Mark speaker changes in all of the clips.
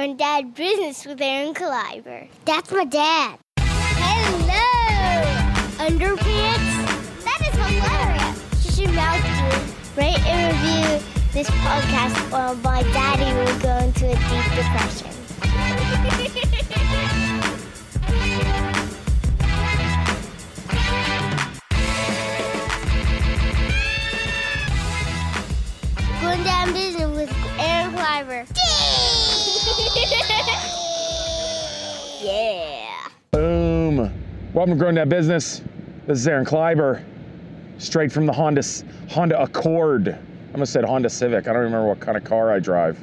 Speaker 1: Granddad Business with Aaron Caliber. That's my dad. Hello! Underpants? That is hilarious! You should mouth to rate and review this podcast or my daddy will go into a deep depression. Going down business with Aaron Cliver. yeah.
Speaker 2: Boom. Welcome to Grown Dad Business. This is Aaron Kleiber, straight from the Honda Honda Accord. I almost said Honda Civic. I don't remember what kind of car I drive.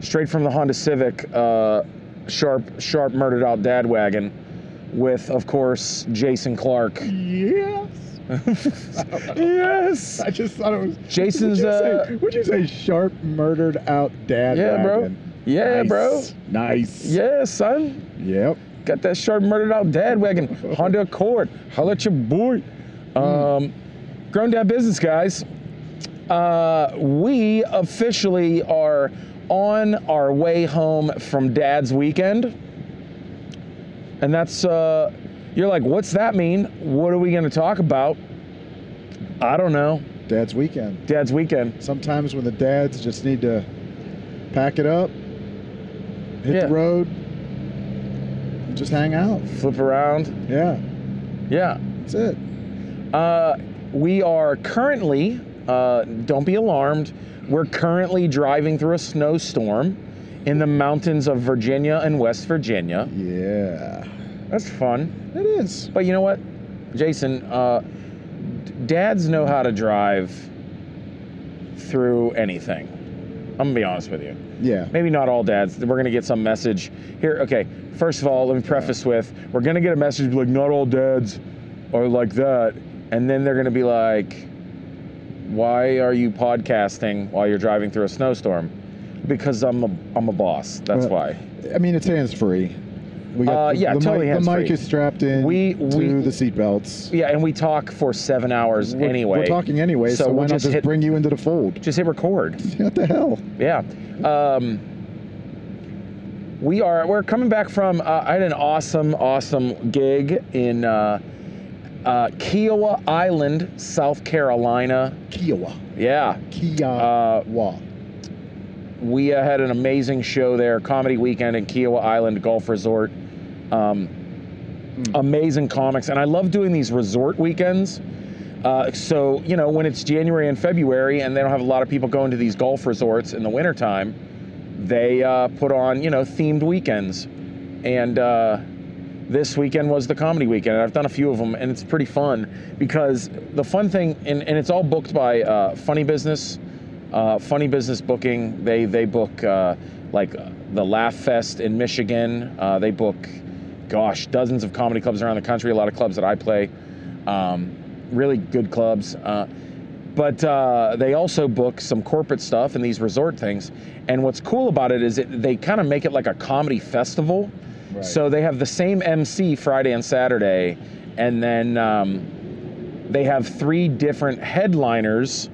Speaker 2: Straight from the Honda Civic, uh, sharp, sharp, murdered out dad wagon, with of course Jason Clark.
Speaker 3: Yes.
Speaker 2: Yes.
Speaker 3: I just thought it was.
Speaker 2: Jason's,
Speaker 3: Would you,
Speaker 2: uh,
Speaker 3: say, would you say sharp, murdered out dad?
Speaker 2: Yeah, bro.
Speaker 3: wagon?
Speaker 2: Yeah,
Speaker 3: Nice.
Speaker 2: bro.
Speaker 3: Nice.
Speaker 2: Yeah, son.
Speaker 3: Yep.
Speaker 2: Got that sharp murdered out dad wagon, Honda Accord. Holla at your boy. Um, grown dad business guys. Uh, we officially are on our way home from Dad's weekend, and that's uh, you're like, what's that mean? What are we going to talk about? I don't know.
Speaker 3: Dad's weekend.
Speaker 2: Dad's weekend.
Speaker 3: Sometimes when the dads just need to pack it up, hit
Speaker 2: Yeah.
Speaker 3: the road, and just hang out.
Speaker 2: Flip around.
Speaker 3: Yeah.
Speaker 2: Yeah.
Speaker 3: That's it.
Speaker 2: Uh, we are currently, uh, don't be alarmed, we're currently driving through a snowstorm in the mountains of Virginia and West Virginia.
Speaker 3: Yeah.
Speaker 2: That's fun.
Speaker 3: It is.
Speaker 2: But you know what, Jason, uh, d- dads know how to drive through anything. I'm gonna be honest with you.
Speaker 3: Yeah.
Speaker 2: Maybe not all dads. We're gonna get some message here. Okay, first of all, let me preface with we're gonna get a message like not all dads are like that, and then they're gonna be like, why are you podcasting while you're driving through a snowstorm? Because I'm a I'm a boss. That's
Speaker 3: Uh,
Speaker 2: why.
Speaker 3: I mean, it's hands free. We
Speaker 2: Uh,
Speaker 3: the,
Speaker 2: yeah,
Speaker 3: the
Speaker 2: totally
Speaker 3: mic, The mic
Speaker 2: hands-free.
Speaker 3: is strapped in
Speaker 2: We-
Speaker 3: to
Speaker 2: we-
Speaker 3: the seatbelts.
Speaker 2: Yeah, and we talk for seven hours
Speaker 3: We're-
Speaker 2: anyway.
Speaker 3: We're talking anyway,
Speaker 2: So
Speaker 3: so,
Speaker 2: we'll
Speaker 3: why not
Speaker 2: just
Speaker 3: just
Speaker 2: hit-
Speaker 3: bring you into the fold?
Speaker 2: Just hit record.
Speaker 3: What the hell?
Speaker 2: Yeah. Um, we are we're coming back from uh, I had an awesome awesome gig in uh, uh, Kiowa Island, South Carolina.
Speaker 3: Kiowa.
Speaker 2: Yeah. Uh,
Speaker 3: Kiowa.
Speaker 2: We uh, had an amazing show there, comedy weekend in Kiowa Island Golf Resort. Um, Amazing comics, and I love doing these resort weekends. Uh, so you know when it's January and February, and they don't have a lot of people going to these golf resorts in the wintertime, they uh, put on you know themed weekends, and uh, this weekend was the comedy weekend. And I've done a few of them, and it's pretty fun because the fun thing, and, and it's all booked by uh, Funny Business, uh, Funny Business Booking. They they book uh, like the Laugh Fest in Michigan. Uh, they book, gosh, dozens of comedy clubs around the country. A lot of clubs that I play, um, really good clubs. Uh, but uh, they also book some corporate stuff and these resort things. And what's cool about it is it, they kind of make it like a comedy festival.
Speaker 3: Right.
Speaker 2: So they have the same MC Friday and Saturday, and then um, they have three different headliners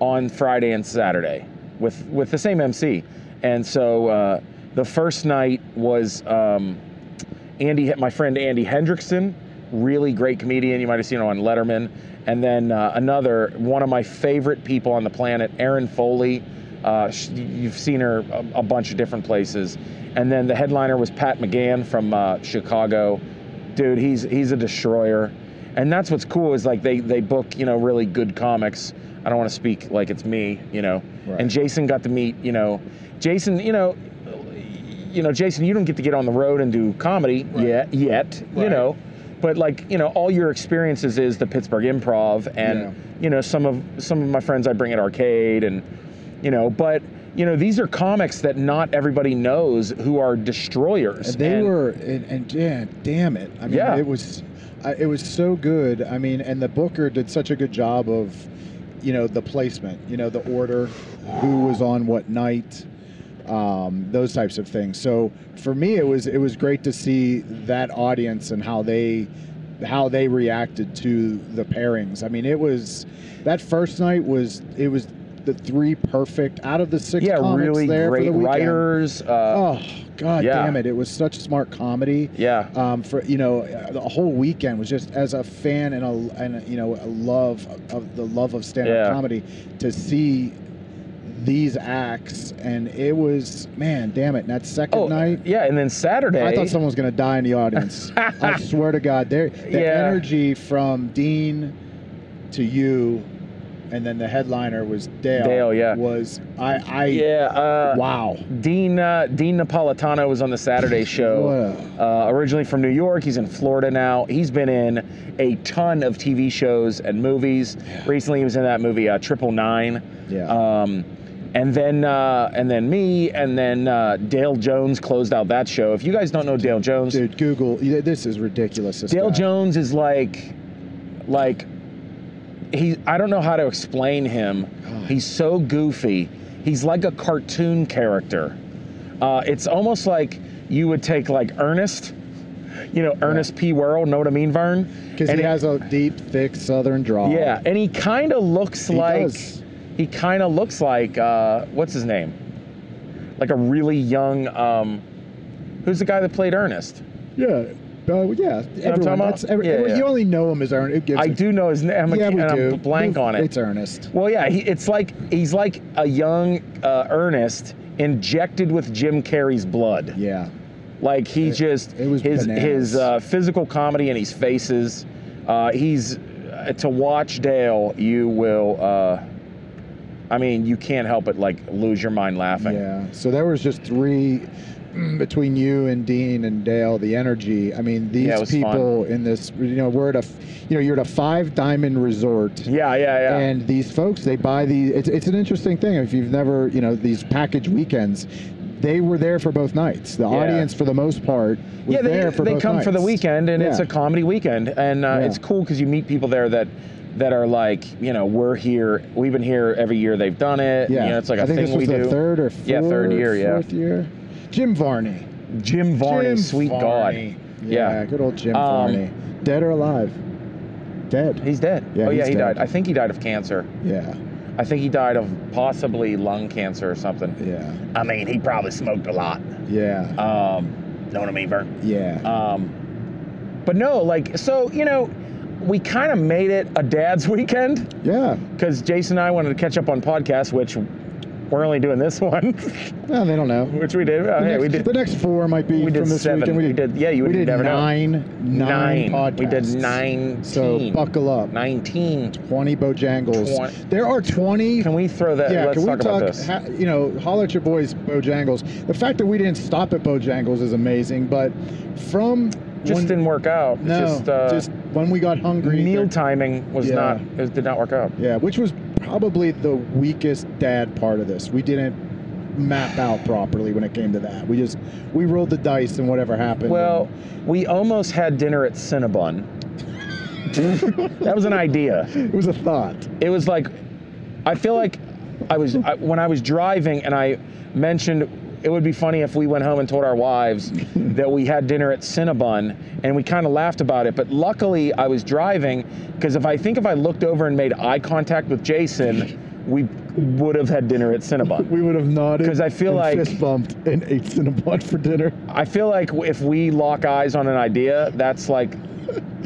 Speaker 2: on Friday and Saturday with with the same MC. And so uh, the first night was um, Andy, my friend Andy Hendrickson, really great comedian. You might have seen him on Letterman. And then uh, another one of my favorite people on the planet, Erin Foley. Uh, sh- you've seen her a, a bunch of different places. And then the headliner was Pat McGann from uh, Chicago. Dude, he's he's a destroyer. And that's what's cool is like they they book you know really good comics. I don't want to speak like it's me, you know.
Speaker 3: Right.
Speaker 2: And Jason got to meet you know, Jason you know you know, Jason, you don't get to get on the road and do comedy yet, yet you
Speaker 3: Right.
Speaker 2: know. But like, you know, all your experiences is the Pittsburgh Improv and
Speaker 3: Yeah.
Speaker 2: you know, some of some of my friends I bring at arcade and you know, but you know, these are comics that not everybody knows who are destroyers.
Speaker 3: And they
Speaker 2: and-
Speaker 3: were, and, and yeah, damn it. I mean,
Speaker 2: Yeah.
Speaker 3: it was, I, it was so good. I mean, and the Booker did such a good job of, you know, the placement, you know, the order, who was on what night, um, those types of things. So for me, it was it was great to see that audience and how they how they reacted to the pairings. I mean, it was that first night was it was the three perfect out of the six.
Speaker 2: yeah,
Speaker 3: comics
Speaker 2: really
Speaker 3: there for
Speaker 2: great
Speaker 3: the weekend.
Speaker 2: writers. Uh,
Speaker 3: Oh God
Speaker 2: Yeah.
Speaker 3: damn it! It was such smart comedy.
Speaker 2: Yeah.
Speaker 3: Um, for you know, uh, the whole weekend was just as a fan and a and a, you know a love of the love of stand-up
Speaker 2: Yeah.
Speaker 3: comedy to see these acts, and it was man, damn it! And that second
Speaker 2: Oh,
Speaker 3: night,
Speaker 2: yeah, and then Saturday.
Speaker 3: I thought someone was gonna die in the audience. I swear to God, there the
Speaker 2: Yeah.
Speaker 3: energy from Dean to you, and then the headliner was Dale.
Speaker 2: Dale, yeah.
Speaker 3: was I I
Speaker 2: yeah, uh,
Speaker 3: wow.
Speaker 2: Dean uh, Dean Napolitano was on the Saturday show.
Speaker 3: What a-
Speaker 2: uh, originally from New York. He's in Florida now. He's been in a ton of TV shows and movies. Recently, he was in that movie uh, Triple Nine.
Speaker 3: Yeah.
Speaker 2: Um, and then uh, and then me and then uh, Dale Jones closed out that show. If you guys don't know Dale Jones,
Speaker 3: Dude, Google. yeah, This is ridiculous. This
Speaker 2: Dale
Speaker 3: guy.
Speaker 2: Jones is like, like, he. I don't know how to explain him. He's so goofy. He's like a cartoon character. Uh, it's almost like you would take like Ernest, you know, Ernest P. Worrell. Know what I mean, Vern?
Speaker 3: Because
Speaker 2: And
Speaker 3: he
Speaker 2: it-
Speaker 3: has a deep, thick Southern drawl.
Speaker 2: Yeah, and he kind of looks
Speaker 3: He
Speaker 2: like.
Speaker 3: does.
Speaker 2: He kind of looks like uh, what's his name? Like a really young. Um, who's the guy that played Ernest?
Speaker 3: Yeah. Uh, yeah.
Speaker 2: talking
Speaker 3: Everyone.
Speaker 2: about?
Speaker 3: That's, every,
Speaker 2: Yeah,
Speaker 3: every-
Speaker 2: yeah.
Speaker 3: You only know him as Ernest. Who gives
Speaker 2: I
Speaker 3: a-
Speaker 2: do know his name,
Speaker 3: Yeah, we
Speaker 2: and
Speaker 3: do.
Speaker 2: I'm blank on it.
Speaker 3: It's Ernest.
Speaker 2: Well, yeah, he, it's like he's like a young uh, Ernest injected with Jim Carrey's blood.
Speaker 3: Yeah.
Speaker 2: Like he just
Speaker 3: it was
Speaker 2: his
Speaker 3: bananas.
Speaker 2: his uh, physical comedy and his faces. Uh, he's uh, to watch Dale, you will. Uh, I mean, you can't help but like lose your mind laughing.
Speaker 3: Yeah. So there was just three mm, between you and Dean and Dale. The energy. I mean, these
Speaker 2: Yeah, it was fun.
Speaker 3: people in this. You know, we're at a. f- You know, you're at a five diamond resort.
Speaker 2: yeah, yeah. yeah.
Speaker 3: And these folks, they buy the. It's, it's an interesting thing if you've never, you know, these package weekends. They were there for both nights. The audience, for the most part, was
Speaker 2: yeah, they,
Speaker 3: there for
Speaker 2: they
Speaker 3: both
Speaker 2: come for the
Speaker 3: nights.
Speaker 2: weekend, and it's
Speaker 3: Yeah.
Speaker 2: a comedy weekend, and uh,
Speaker 3: Yeah.
Speaker 2: it's cool because you meet people there that that are like, you know, we're here, we've been here every year they've done it.
Speaker 3: Yeah,
Speaker 2: you know, it's like a
Speaker 3: I think
Speaker 2: thing
Speaker 3: this was
Speaker 2: we
Speaker 3: the
Speaker 2: do.
Speaker 3: third or fourth,
Speaker 2: Yeah, third year, yeah.
Speaker 3: fourth year. Jim Varney.
Speaker 2: Jim Varney,
Speaker 3: Jim
Speaker 2: sweet
Speaker 3: Varney.
Speaker 2: God.
Speaker 3: Yeah,
Speaker 2: Yeah.
Speaker 3: good old Jim
Speaker 2: Um,
Speaker 3: Varney. Dead or alive? Dead.
Speaker 2: He's dead.
Speaker 3: Yeah,
Speaker 2: oh, yeah,
Speaker 3: he's
Speaker 2: he
Speaker 3: dead.
Speaker 2: died. I think he died of cancer.
Speaker 3: Yeah,
Speaker 2: I think he died of possibly lung cancer or something.
Speaker 3: yeah,
Speaker 2: I mean, he probably smoked a lot.
Speaker 3: yeah,
Speaker 2: Um, know what I mean, Vern?
Speaker 3: yeah.
Speaker 2: Um, but no, like, so, you know, we kind of made it a dad's weekend.
Speaker 3: Yeah.
Speaker 2: because Jason and I wanted to catch up on podcasts, which we're only doing this one,
Speaker 3: Well, they don't know.
Speaker 2: which we did. Oh,
Speaker 3: The,
Speaker 2: hey,
Speaker 3: next,
Speaker 2: we did
Speaker 3: the next four might be
Speaker 2: we did
Speaker 3: from this
Speaker 2: seven.
Speaker 3: weekend.
Speaker 2: We did- yeah, you
Speaker 3: we
Speaker 2: would- you
Speaker 3: did
Speaker 2: never know.
Speaker 3: nine, nine, podcasts.
Speaker 2: We did nine.
Speaker 3: So buckle up.
Speaker 2: 19.
Speaker 3: 20 Bojangles.
Speaker 2: Twenty.
Speaker 3: There are 20.
Speaker 2: Can we throw that?
Speaker 3: yeah,
Speaker 2: let's
Speaker 3: can we
Speaker 2: talk,
Speaker 3: talk?
Speaker 2: about this.
Speaker 3: ha- you know, holler at your boys, Bojangles. The fact that we didn't stop at Bojangles is amazing, but from
Speaker 2: just
Speaker 3: when,
Speaker 2: didn't work out.
Speaker 3: no,
Speaker 2: just, uh,
Speaker 3: just when we got hungry,
Speaker 2: meal
Speaker 3: there-
Speaker 2: timing was
Speaker 3: Yeah.
Speaker 2: not, it did not work out.
Speaker 3: Yeah, which was probably the weakest dad part of this. We didn't map out properly when it came to that. We just we rolled the dice and whatever happened.
Speaker 2: Well, we almost had dinner at Cinnabon. that was an idea.
Speaker 3: it was a thought.
Speaker 2: it was like i feel like i was I, when i was driving and i mentioned it would be funny if we went home and told our wives that we had dinner at cinnabon and we kind of laughed about it but luckily i was driving because if i think if i looked over and made eye contact with jason we would have had dinner at cinnabon
Speaker 3: We would have nodded
Speaker 2: 'Cause I feel
Speaker 3: and
Speaker 2: like-
Speaker 3: fist bumped and ate Cinnabon for dinner.
Speaker 2: i feel like if we lock eyes on an idea that's like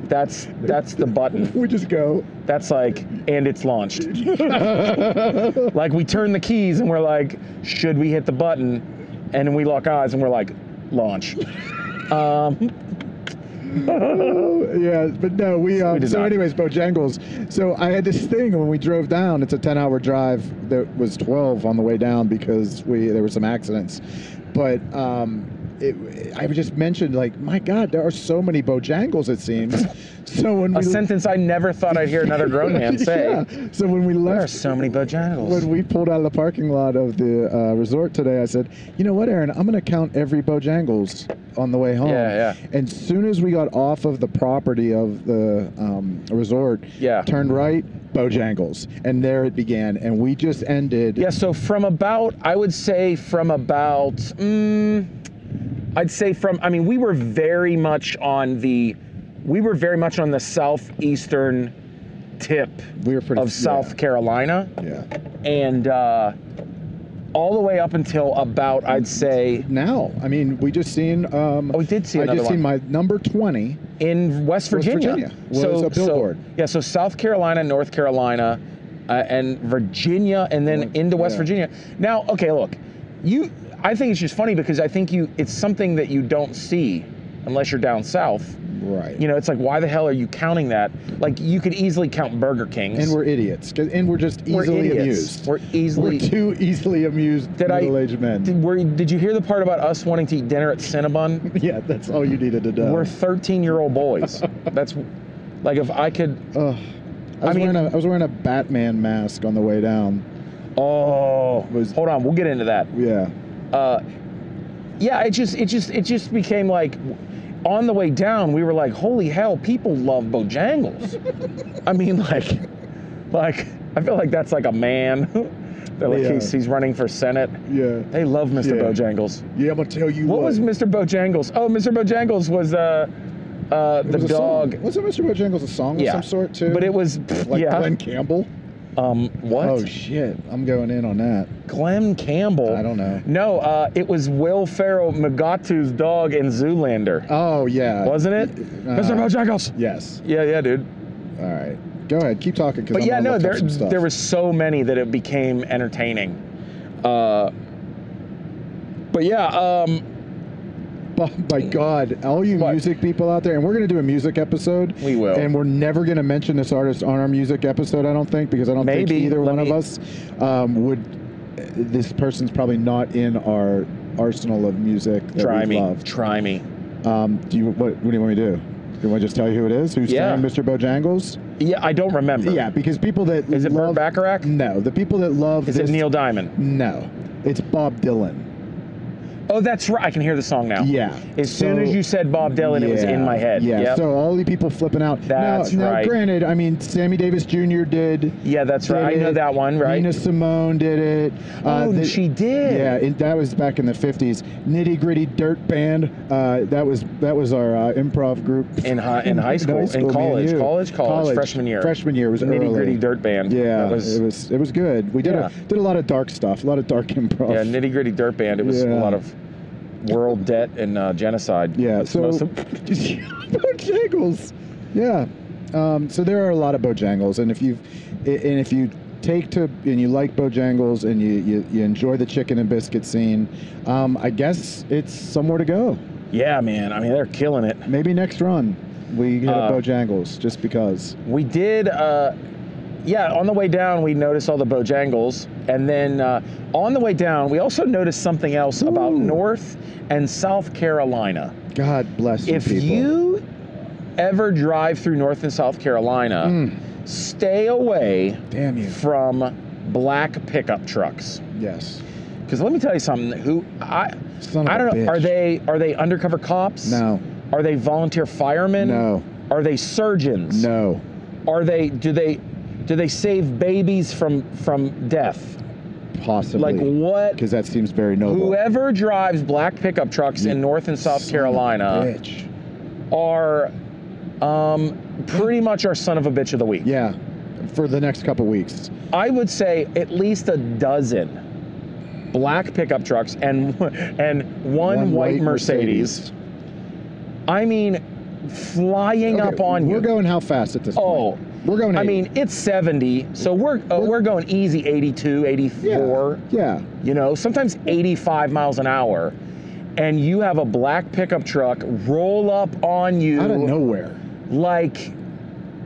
Speaker 2: that's that's the button
Speaker 3: We just go.
Speaker 2: That's like, and it's launched. like we turn the keys and we're like, should we hit the button? And we lock eyes and we're like, launch. Um,
Speaker 3: Oh, yeah, but no, we. Um,
Speaker 2: We did
Speaker 3: so,
Speaker 2: not.
Speaker 3: anyways, Bojangles. So I had this thing when we drove down. It's a ten-hour drive that was twelve on the way down because we there were some accidents, but. Um, it, I just mentioned, like, my God, there are so many Bojangles, it seems. So when
Speaker 2: a
Speaker 3: we
Speaker 2: sentence I never thought I'd hear another grown man say.
Speaker 3: Yeah. So when we
Speaker 2: There are
Speaker 3: left,
Speaker 2: so many
Speaker 3: when
Speaker 2: Bojangles.
Speaker 3: we pulled out of the parking lot of the uh, resort today, I said, "You know what, Aaron? I'm going to count every Bojangles on the way home."
Speaker 2: Yeah, yeah.
Speaker 3: And soon as we got off of the property of the um, resort,
Speaker 2: Yeah.
Speaker 3: turned right, Bojangles, and there it began. And we just ended.
Speaker 2: Yeah, so from about, I would say from about, mm, I'd say from, I mean, we were very much on the, we were very much on the southeastern tip
Speaker 3: We were pretty
Speaker 2: of South Carolina,
Speaker 3: Yeah.
Speaker 2: and uh, all the way up until about I'd say
Speaker 3: Now, I mean, we just seen. Um,
Speaker 2: Oh, we did see
Speaker 3: I
Speaker 2: another
Speaker 3: just
Speaker 2: one.
Speaker 3: seen my number twenty.
Speaker 2: in West
Speaker 3: West
Speaker 2: Virginia.
Speaker 3: Virginia was a billboard.
Speaker 2: So, yeah, so South Carolina, North Carolina, uh, and Virginia, and then
Speaker 3: North-
Speaker 2: into West
Speaker 3: yeah.
Speaker 2: Virginia. Now, okay, look, you. I think it's just funny because I think you. It's something that you don't see unless you're down south.
Speaker 3: Right.
Speaker 2: You know, it's like why the hell are you counting that? Like you could easily count Burger Kings.
Speaker 3: and we're idiots. 'cause- And we're just
Speaker 2: We're
Speaker 3: easily
Speaker 2: idiots.
Speaker 3: amused.
Speaker 2: We're easily.
Speaker 3: We're two easily amused
Speaker 2: Did I-
Speaker 3: middle-aged men.
Speaker 2: did, were, did you hear the part about us wanting to eat dinner at Cinnabon?
Speaker 3: yeah, that's all you needed to know.
Speaker 2: We're 13 year old boys. That's like if I could.
Speaker 3: Ugh. I was,
Speaker 2: I mean-
Speaker 3: wearing a, I was wearing a Batman mask on the way down.
Speaker 2: Oh,
Speaker 3: Was-
Speaker 2: hold on. We'll get into that.
Speaker 3: Yeah.
Speaker 2: Uh, yeah, it just it just it just became like on the way down we were like, holy hell, people love Bojangles. I mean, like, like I feel like that's like a man. They're like
Speaker 3: Yeah.
Speaker 2: he's, he's running for senate.
Speaker 3: Yeah.
Speaker 2: They love Mr.
Speaker 3: Yeah.
Speaker 2: Bojangles.
Speaker 3: Yeah, I'm gonna tell you
Speaker 2: What,
Speaker 3: what.
Speaker 2: was Mr. Bojangles? Oh, Mr. Bojangles was uh, uh,
Speaker 3: It
Speaker 2: the
Speaker 3: was a song.
Speaker 2: dog.
Speaker 3: Wasn't Mr. Bojangles a song
Speaker 2: Yeah.
Speaker 3: of some sort too?
Speaker 2: But it was pff,
Speaker 3: like
Speaker 2: yeah.
Speaker 3: Glenn Campbell.
Speaker 2: um, what?
Speaker 3: Oh shit! I'm going in on that.
Speaker 2: Glenn Campbell.
Speaker 3: I don't know.
Speaker 2: No, uh, it was Will Ferrell, Magatu's dog in Zoolander.
Speaker 3: Oh yeah.
Speaker 2: wasn't it?
Speaker 3: Uh,
Speaker 2: Mr. Bojangles.
Speaker 3: Yes.
Speaker 2: Yeah, yeah, dude.
Speaker 3: All right. Go ahead. Keep talking. 'cause
Speaker 2: But
Speaker 3: I'm
Speaker 2: yeah,
Speaker 3: gonna
Speaker 2: no,
Speaker 3: look up
Speaker 2: there
Speaker 3: some stuff.
Speaker 2: there were so many that it became entertaining. Uh, but yeah, um,
Speaker 3: Oh my God, all you
Speaker 2: What?
Speaker 3: music people out there, and we're going to do a music episode.
Speaker 2: We will.
Speaker 3: And we're never going to mention this artist on our music episode, I don't think, because I don't
Speaker 2: Maybe.
Speaker 3: think either
Speaker 2: Let
Speaker 3: one
Speaker 2: me-
Speaker 3: of us um, would. This person's probably not in our arsenal of music that
Speaker 2: try
Speaker 3: we
Speaker 2: me,
Speaker 3: love.
Speaker 2: try me.
Speaker 3: Um, do you, what, what do you want me to do? Do you want to just tell you who it is? Who's
Speaker 2: Yeah.
Speaker 3: saying Mr. Bojangles?
Speaker 2: Yeah, I don't remember.
Speaker 3: Yeah, because people that
Speaker 2: Is it Burt
Speaker 3: love
Speaker 2: Bacharach?
Speaker 3: no, the people that love
Speaker 2: Is
Speaker 3: this,
Speaker 2: it Neil Diamond?
Speaker 3: No, it's Bob Dylan.
Speaker 2: Oh, that's right. I can hear the song now.
Speaker 3: Yeah.
Speaker 2: As soon as
Speaker 3: So-
Speaker 2: you said Bob Dylan, it was in
Speaker 3: Yeah,
Speaker 2: my head.
Speaker 3: Yeah.
Speaker 2: Yep.
Speaker 3: So all the people flipping out.
Speaker 2: That's
Speaker 3: now,
Speaker 2: right.
Speaker 3: Now, granted, I mean, Sammy Davis Jr. did.
Speaker 2: yeah, that's
Speaker 3: did
Speaker 2: right. I know
Speaker 3: it.
Speaker 2: that one, right?
Speaker 3: Nina Simone did it. Uh,
Speaker 2: oh,
Speaker 3: the-
Speaker 2: she did.
Speaker 3: Yeah, it, that was back in the '50s. Nitty Gritty Dirt Band. Uh, that was that was our uh, improv group.
Speaker 2: In high, in high school,
Speaker 3: school, me
Speaker 2: in
Speaker 3: and
Speaker 2: college,
Speaker 3: you.
Speaker 2: college, college,
Speaker 3: College,
Speaker 2: freshman year.
Speaker 3: freshman year was
Speaker 2: nitty gritty
Speaker 3: early.
Speaker 2: dirt band.
Speaker 3: Yeah,
Speaker 2: That was,
Speaker 3: it was it was good. We did
Speaker 2: Yeah.
Speaker 3: a did a lot of dark stuff, a lot of dark improv.
Speaker 2: yeah, nitty gritty dirt band. It was a
Speaker 3: Yeah.
Speaker 2: lot of world debt and uh, genocide.
Speaker 3: Yeah,
Speaker 2: That's
Speaker 3: so
Speaker 2: most of-
Speaker 3: Bojangles. Yeah. Um, so there are a lot of Bojangles, and if you and if you take to and you like Bojangles and you you, you enjoy the chicken and biscuit scene, um, I guess it's somewhere to go.
Speaker 2: yeah, man. I mean, they're killing it.
Speaker 3: Maybe next run we hit
Speaker 2: Uh,
Speaker 3: up Bojangles just because.
Speaker 2: We did, uh, yeah, on the way down, we noticed all the Bojangles. And then uh, on the way down, we also noticed something else about
Speaker 3: Ooh.
Speaker 2: North and South Carolina.
Speaker 3: God bless you
Speaker 2: If
Speaker 3: people.
Speaker 2: you ever drive through North and South Carolina,
Speaker 3: Mm,
Speaker 2: stay away
Speaker 3: damn you.
Speaker 2: from black pickup trucks.
Speaker 3: Yes.
Speaker 2: Because let me tell you something. Who I
Speaker 3: Son of
Speaker 2: I
Speaker 3: a
Speaker 2: don't know.
Speaker 3: bitch.
Speaker 2: Are they are they undercover cops?
Speaker 3: No.
Speaker 2: Are they volunteer firemen?
Speaker 3: No.
Speaker 2: Are they surgeons?
Speaker 3: No.
Speaker 2: Are they do they do they save babies from from death?
Speaker 3: Possibly.
Speaker 2: Like what?
Speaker 3: Because that seems very noble.
Speaker 2: Whoever drives black pickup trucks in North and South
Speaker 3: Son of a
Speaker 2: Carolina
Speaker 3: bitch.
Speaker 2: are um, pretty much our son of a bitch of the week.
Speaker 3: Yeah. For the next couple weeks.
Speaker 2: I would say at least a dozen black pickup trucks and and one, white, Mercedes. I mean, flying
Speaker 3: Okay,
Speaker 2: up on
Speaker 3: we're
Speaker 2: you.
Speaker 3: going how fast at this
Speaker 2: Oh.
Speaker 3: point? we're going.
Speaker 2: I
Speaker 3: 80.
Speaker 2: mean, it's 70, so we're uh,
Speaker 3: We're-
Speaker 2: we're going easy 82, 84,
Speaker 3: yeah,
Speaker 2: you know, sometimes 85 miles an hour. And you have a black pickup truck roll up on you
Speaker 3: yeah. out of nowhere.
Speaker 2: like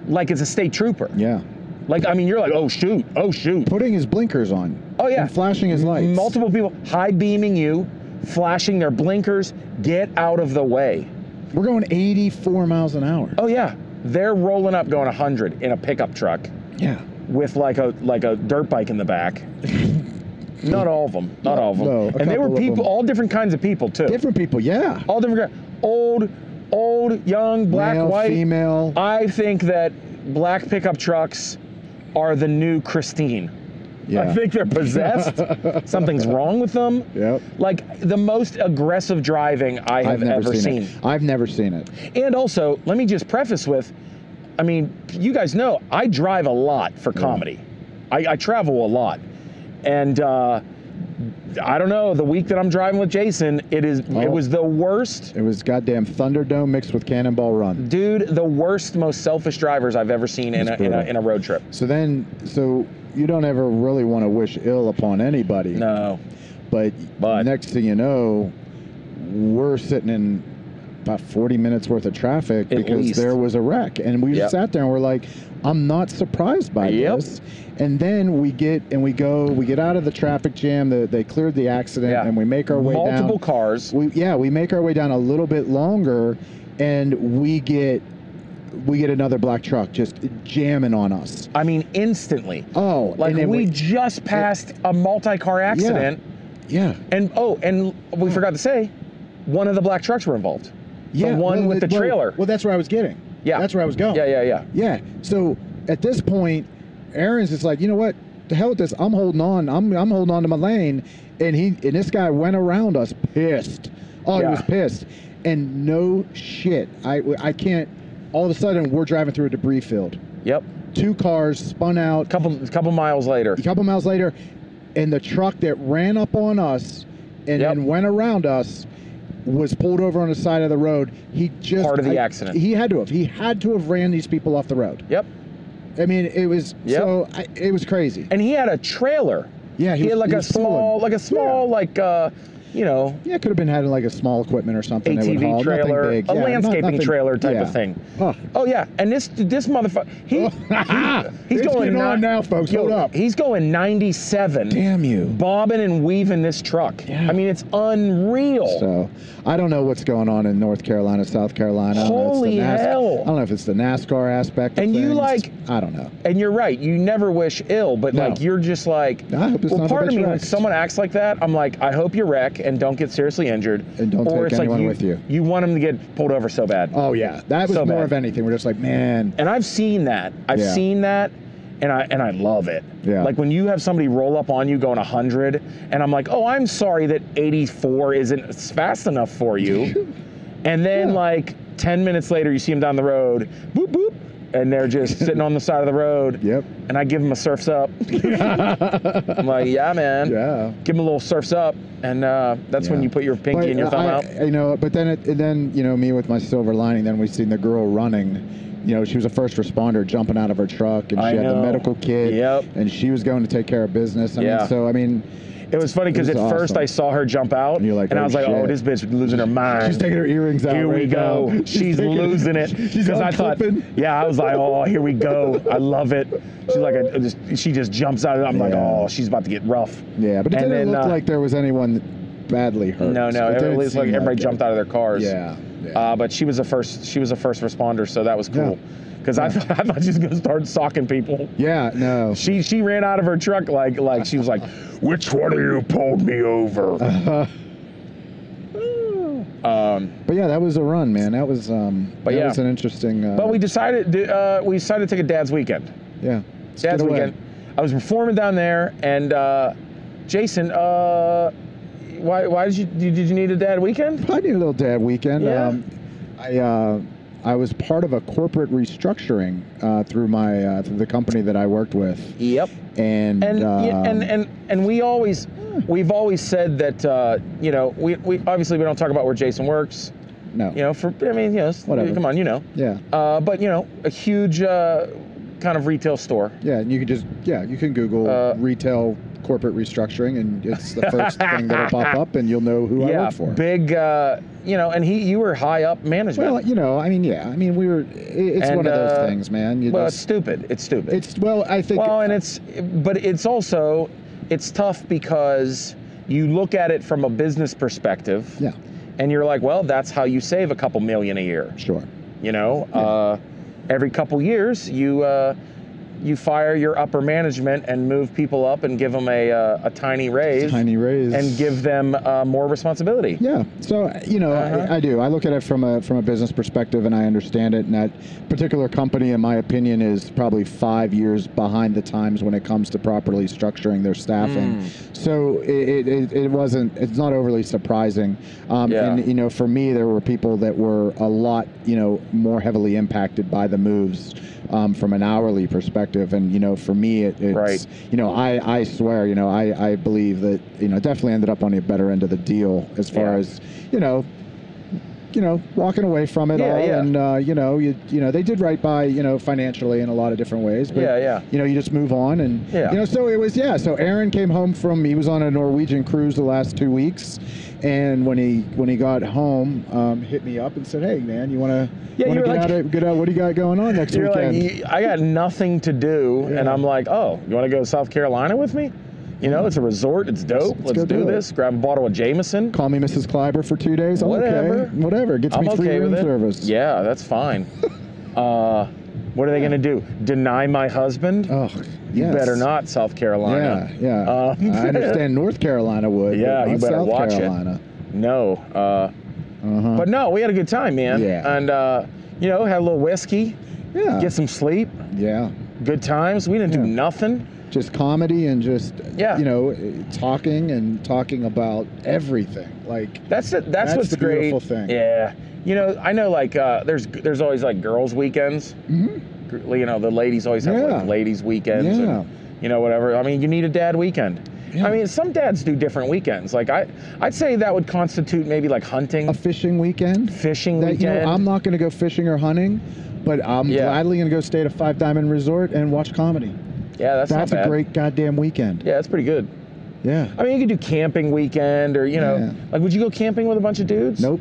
Speaker 2: like it's a state trooper.
Speaker 3: Yeah,
Speaker 2: Like I mean, you're like, "Oh shoot. Oh shoot."
Speaker 3: putting his blinkers on.
Speaker 2: Oh, yeah.
Speaker 3: and flashing his lights.
Speaker 2: Multiple people high beaming you, flashing their blinkers, get out of the way.
Speaker 3: We're going 84 miles an hour.
Speaker 2: Oh yeah, they're rolling up going 100 in a pickup truck
Speaker 3: Yeah,
Speaker 2: with like a like a dirt bike in the back. not all of them, not all of them.
Speaker 3: No, a
Speaker 2: and they were
Speaker 3: couple of
Speaker 2: people,
Speaker 3: them.
Speaker 2: all different kinds of people too.
Speaker 3: different people. Yeah,
Speaker 2: All different kinds. Old, old, young, black,
Speaker 3: male,
Speaker 2: white.
Speaker 3: female.
Speaker 2: I think that black pickup trucks are the new Christine.
Speaker 3: yeah,
Speaker 2: I think they're possessed. Something's wrong with them.
Speaker 3: Yep.
Speaker 2: Like the most aggressive driving I have
Speaker 3: I've never
Speaker 2: ever
Speaker 3: seen,
Speaker 2: seen.
Speaker 3: it. I've never seen it.
Speaker 2: And also, let me just preface with I mean, you guys know I drive a lot for comedy. I, I travel a lot, and uh, I don't know. The week that I'm driving with Jason, it is it
Speaker 3: Oh.
Speaker 2: was the worst,
Speaker 3: It was goddamn Thunderdome mixed with Cannonball Run.
Speaker 2: dude. The worst, most selfish drivers I've ever seen in a,
Speaker 3: That's
Speaker 2: in a
Speaker 3: brutal.
Speaker 2: in a road trip.
Speaker 3: So then, so you don't ever really want to wish ill upon anybody.
Speaker 2: No,
Speaker 3: But,
Speaker 2: But-
Speaker 3: next thing you know, we're sitting in about 40 minutes worth of traffic
Speaker 2: At
Speaker 3: because
Speaker 2: least.
Speaker 3: there was a wreck. And we
Speaker 2: Yep.
Speaker 3: just sat there and we're like, I'm not surprised by
Speaker 2: Yep.
Speaker 3: this. And then we get and we go, we get out of the traffic jam. The, they cleared the accident
Speaker 2: Yeah.
Speaker 3: and we make our way down.
Speaker 2: multiple cars.
Speaker 3: we yeah we make our way down a little bit longer and we get we get another black truck just jamming on us
Speaker 2: I mean, instantly.
Speaker 3: oh
Speaker 2: Like
Speaker 3: and
Speaker 2: we,
Speaker 3: then
Speaker 2: just passed a multi-car accident,
Speaker 3: yeah
Speaker 2: and oh, and we forgot to say, one of the black trucks were involved.
Speaker 3: yeah
Speaker 2: one with the
Speaker 3: well,
Speaker 2: trailer.
Speaker 3: well that's where i was getting
Speaker 2: Yeah.
Speaker 3: that's where i was going
Speaker 2: Yeah, yeah, yeah.
Speaker 3: yeah so at this point aaron's just like you know what the hell with this i'm holding on i'm, I'm holding on to my lane and he and this guy went around us pissed oh
Speaker 2: Yeah.
Speaker 3: he was pissed and no shit i i can't all of a sudden we're driving through a debris field
Speaker 2: Yep.
Speaker 3: two cars spun out
Speaker 2: A couple couple miles later.
Speaker 3: a couple miles later, and the truck that ran up on us
Speaker 2: Yep.
Speaker 3: and then went around us was pulled over on the side of the road. He just
Speaker 2: Part of the
Speaker 3: I-
Speaker 2: accident.
Speaker 3: He had to have. He had to have ran these people off the road.
Speaker 2: Yep.
Speaker 3: I mean, it was
Speaker 2: Yep.
Speaker 3: so I, it was crazy.
Speaker 2: And he had a trailer.
Speaker 3: Yeah,
Speaker 2: He,
Speaker 3: he
Speaker 2: had
Speaker 3: was-
Speaker 2: like
Speaker 3: he
Speaker 2: a
Speaker 3: was stolen.
Speaker 2: small, like a small,
Speaker 3: Yeah.
Speaker 2: like uh, you know,
Speaker 3: Yeah, it could have been having like a small equipment or something. they would
Speaker 2: ATV
Speaker 3: haul, nothing
Speaker 2: trailer,
Speaker 3: big.
Speaker 2: a
Speaker 3: Yeah, not-
Speaker 2: landscaping
Speaker 3: nothing-
Speaker 2: trailer type
Speaker 3: yeah.
Speaker 2: of thing.
Speaker 3: Oh.
Speaker 2: Oh yeah, and this this motherfucker, he, he's
Speaker 3: It's
Speaker 2: going
Speaker 3: getting on
Speaker 2: ni-
Speaker 3: now, folks.
Speaker 2: yo,
Speaker 3: Hold up.
Speaker 2: He's going 97.
Speaker 3: Damn you.
Speaker 2: Bobbing and weaving this truck.
Speaker 3: Yeah. uh,
Speaker 2: I mean, it's unreal.
Speaker 3: So I don't know what's going on in North Carolina, South Carolina. I don't know if it's the
Speaker 2: Holy
Speaker 3: NAS-
Speaker 2: hell.
Speaker 3: I don't know if it's the NASCAR aspect. of
Speaker 2: And you,
Speaker 3: things.
Speaker 2: like-
Speaker 3: I don't know.
Speaker 2: And you're right. You never wish ill, but
Speaker 3: No.
Speaker 2: like you're just like.
Speaker 3: No, I hope it's
Speaker 2: well,
Speaker 3: not a
Speaker 2: part of
Speaker 3: bitch
Speaker 2: me when
Speaker 3: wreck.
Speaker 2: someone acts like that, I'm like, I hope you wreck and don't get seriously injured.
Speaker 3: And don't
Speaker 2: or
Speaker 3: take
Speaker 2: it's like
Speaker 3: anyone
Speaker 2: you,
Speaker 3: with you.
Speaker 2: You want them to get pulled over so bad.
Speaker 3: Oh yeah, that was
Speaker 2: So
Speaker 3: more
Speaker 2: bad.
Speaker 3: of anything. We're just like, man,
Speaker 2: and I've seen that. I've
Speaker 3: Yeah.
Speaker 2: seen that, and I and I love it.
Speaker 3: Yeah.
Speaker 2: Like when you have somebody roll up on you going 100, and I'm like, oh, I'm sorry that 84 isn't fast enough for you. and then
Speaker 3: Yeah.
Speaker 2: like 10 minutes later, you see them down the road, boop boop, and they're just sitting on the side of the road.
Speaker 3: yep,
Speaker 2: And I give them a surfs up. I'm like, yeah, man.
Speaker 3: yeah.
Speaker 2: Give them a little surfs up, and uh, that's when
Speaker 3: Yeah.
Speaker 2: you put your pinky
Speaker 3: But
Speaker 2: and your thumb
Speaker 3: I-
Speaker 2: out.
Speaker 3: You know, but then it, and then you know me with my silver lining. Then we seen the girl running. You know, she was a first responder jumping out of her truck, and she
Speaker 2: I
Speaker 3: had
Speaker 2: know.
Speaker 3: the medical kit.
Speaker 2: Yep.
Speaker 3: And she was going to take care of business. I
Speaker 2: Yeah.
Speaker 3: Mean, so I mean,
Speaker 2: It was funny because
Speaker 3: It
Speaker 2: at
Speaker 3: was
Speaker 2: first
Speaker 3: awesome.
Speaker 2: I saw her jump out,
Speaker 3: And you're like,
Speaker 2: and I
Speaker 3: "Oh,
Speaker 2: was like, "Oh,
Speaker 3: shit."
Speaker 2: this bitch losing her mind."
Speaker 3: she's taking her earrings out.
Speaker 2: Here we
Speaker 3: right
Speaker 2: go.
Speaker 3: now.
Speaker 2: She's
Speaker 3: taking-
Speaker 2: losing it.
Speaker 3: She's
Speaker 2: I thought,
Speaker 3: unclipping.
Speaker 2: yeah, I was like, oh, here we go. I love it. She's like, I just, she just jumps out. And I'm like,
Speaker 3: Yeah.
Speaker 2: oh, she's about to get rough.
Speaker 3: Yeah, but it
Speaker 2: And
Speaker 3: didn't
Speaker 2: then,
Speaker 3: look
Speaker 2: uh,
Speaker 3: like there was anyone badly hurt.
Speaker 2: No, no.
Speaker 3: It
Speaker 2: At
Speaker 3: didn't
Speaker 2: least like
Speaker 3: seem
Speaker 2: everybody
Speaker 3: it.
Speaker 2: jumped out of their cars.
Speaker 3: Yeah. yeah.
Speaker 2: Uh, but she was a first. She was a first responder, so that was cool. Because I,
Speaker 3: Yeah.
Speaker 2: thought, I thought she was gonna start socking people.
Speaker 3: yeah, no.
Speaker 2: She she ran out of her truck like like she was like, which one of you pulled me over?
Speaker 3: Uh-huh.
Speaker 2: Um,
Speaker 3: but yeah, that was a run, man. That was um
Speaker 2: But
Speaker 3: that
Speaker 2: yeah.
Speaker 3: was an interesting uh,
Speaker 2: but we decided uh, we decided to take a dad's weekend.
Speaker 3: yeah.
Speaker 2: Dad's
Speaker 3: get away.
Speaker 2: weekend. I was performing down there, and uh, Jason, uh, why why did you did you need a dad weekend?
Speaker 3: I need a little dad weekend.
Speaker 2: Yeah.
Speaker 3: Um I uh I was part of a corporate restructuring uh, through my uh, through the company that I worked with,
Speaker 2: Yep.
Speaker 3: and
Speaker 2: And yeah,
Speaker 3: um,
Speaker 2: and and and we always we've always said that uh, you know we, we obviously we don't talk about where Jason works.
Speaker 3: no,
Speaker 2: You know for I mean you know it's-
Speaker 3: Whatever.
Speaker 2: come on you know.
Speaker 3: yeah,
Speaker 2: Uh, but you know a huge uh, kind of retail store.
Speaker 3: yeah, and you can just yeah, you can Google
Speaker 2: Uh,
Speaker 3: retail corporate restructuring, and it's the first thing that'll pop up, and you'll know who I
Speaker 2: yeah.
Speaker 3: work for.
Speaker 2: Big uh, you know and he you were high up management.
Speaker 3: Well, you know, I mean, yeah, I mean, we were. i- It's
Speaker 2: And,
Speaker 3: one of those
Speaker 2: uh,
Speaker 3: things, man. You
Speaker 2: Well, it's
Speaker 3: just,
Speaker 2: stupid. It's stupid.
Speaker 3: it's well, I think.
Speaker 2: Well, and it's but it's also it's tough because you look at it from a business perspective,
Speaker 3: yeah,
Speaker 2: and you're like, well, that's how you save a couple million a year.
Speaker 3: sure.
Speaker 2: You know, uh, every couple years you uh, you fire your upper management and move people up and give them a, uh, a tiny raise
Speaker 3: Tiny raise.
Speaker 2: and give them uh, more responsibility.
Speaker 3: Yeah. So you know,
Speaker 2: Uh-huh.
Speaker 3: I, I do. I look at it from a from a business perspective, and I understand it. And that particular company, in my opinion, is probably five years behind the times when it comes to properly structuring their staffing.
Speaker 2: Hmm.
Speaker 3: So it, it, it, it wasn't. It's not overly surprising. Um,
Speaker 2: Yeah.
Speaker 3: And you know, for me, there were people that were a lot, you know, more heavily impacted by the moves. Um, from an hourly perspective, and you know, for me, it, it's
Speaker 2: Right.
Speaker 3: you know, I, I swear, you know, I, I believe that, you know, definitely ended up on the better end of the deal as far
Speaker 2: Yeah.
Speaker 3: as, you know, you know, walking away from it
Speaker 2: Yeah,
Speaker 3: all,
Speaker 2: yeah.
Speaker 3: and uh, you know, you you know, they did right by, you know, financially in a lot of different ways, but
Speaker 2: Yeah, yeah.
Speaker 3: you know, you just move on, and
Speaker 2: Yeah.
Speaker 3: you know, so it was, yeah. So Aaron came home from he was on a Norwegian cruise the last two weeks, and when he when he got home, um, hit me up and said, hey man, you want to
Speaker 2: Yeah,
Speaker 3: want
Speaker 2: you
Speaker 3: to
Speaker 2: were like-
Speaker 3: get out, of, get out, what do you got going on next
Speaker 2: You're
Speaker 3: weekend?
Speaker 2: like, "You- I got nothing to do, and
Speaker 3: Yeah.
Speaker 2: I'm like, oh, you want to go to South Carolina with me? You know, it's a resort, it's dope.
Speaker 3: Let's
Speaker 2: Let's,
Speaker 3: go
Speaker 2: do,
Speaker 3: do it."
Speaker 2: this. Grab a bottle of Jameson.
Speaker 3: Call me Mrs. Kleiber for two days. I'm
Speaker 2: Whatever.
Speaker 3: Okay. Whatever. Gets
Speaker 2: I'm
Speaker 3: me free
Speaker 2: okay
Speaker 3: room
Speaker 2: with it.
Speaker 3: service.
Speaker 2: Yeah, that's fine. uh, what are they gonna do? Deny my husband?
Speaker 3: Oh,
Speaker 2: you
Speaker 3: yes.
Speaker 2: better not, South
Speaker 3: Yeah,
Speaker 2: Carolina.
Speaker 3: yeah.
Speaker 2: Uh,
Speaker 3: I understand North Carolina would.
Speaker 2: Yeah,
Speaker 3: but
Speaker 2: you
Speaker 3: not
Speaker 2: better
Speaker 3: South
Speaker 2: watch it.
Speaker 3: Carolina.
Speaker 2: No. Uh,
Speaker 3: Uh-huh.
Speaker 2: But no, we had a good time, man.
Speaker 3: Yeah.
Speaker 2: And uh, you know, had a little whiskey,
Speaker 3: yeah,
Speaker 2: get some sleep,
Speaker 3: yeah.
Speaker 2: good times. We didn't do
Speaker 3: Yeah.
Speaker 2: nothing.
Speaker 3: Just comedy and just
Speaker 2: Yeah.
Speaker 3: you know, eh, talking and talking about everything. Like
Speaker 2: That's it. That's,
Speaker 3: That's
Speaker 2: what's
Speaker 3: the
Speaker 2: great.
Speaker 3: beautiful thing.
Speaker 2: Yeah. You know, I know like uh, there's there's always like girls weekends. Gr- You know, the ladies always have
Speaker 3: Mm-hmm. Yeah.
Speaker 2: like ladies weekends.
Speaker 3: Yeah.
Speaker 2: And, you know, whatever. I mean, you need a dad weekend.
Speaker 3: Yeah.
Speaker 2: I mean, some dads do different weekends. Like I, I'd say that would constitute maybe like hunting,
Speaker 3: a fishing weekend.
Speaker 2: fishing
Speaker 3: That
Speaker 2: weekend.
Speaker 3: you know, I'm not going to go fishing or hunting, but I'm
Speaker 2: Yeah.
Speaker 3: gladly going to go stay at a Five Diamond Resort and watch comedy.
Speaker 2: yeah, that's,
Speaker 3: That's
Speaker 2: not
Speaker 3: a
Speaker 2: bad.
Speaker 3: great goddamn weekend.
Speaker 2: Yeah, that's pretty good.
Speaker 3: Yeah.
Speaker 2: I mean, you could do camping weekend, or you know,
Speaker 3: Yeah.
Speaker 2: like would you go camping with a bunch of dudes?
Speaker 3: Nope.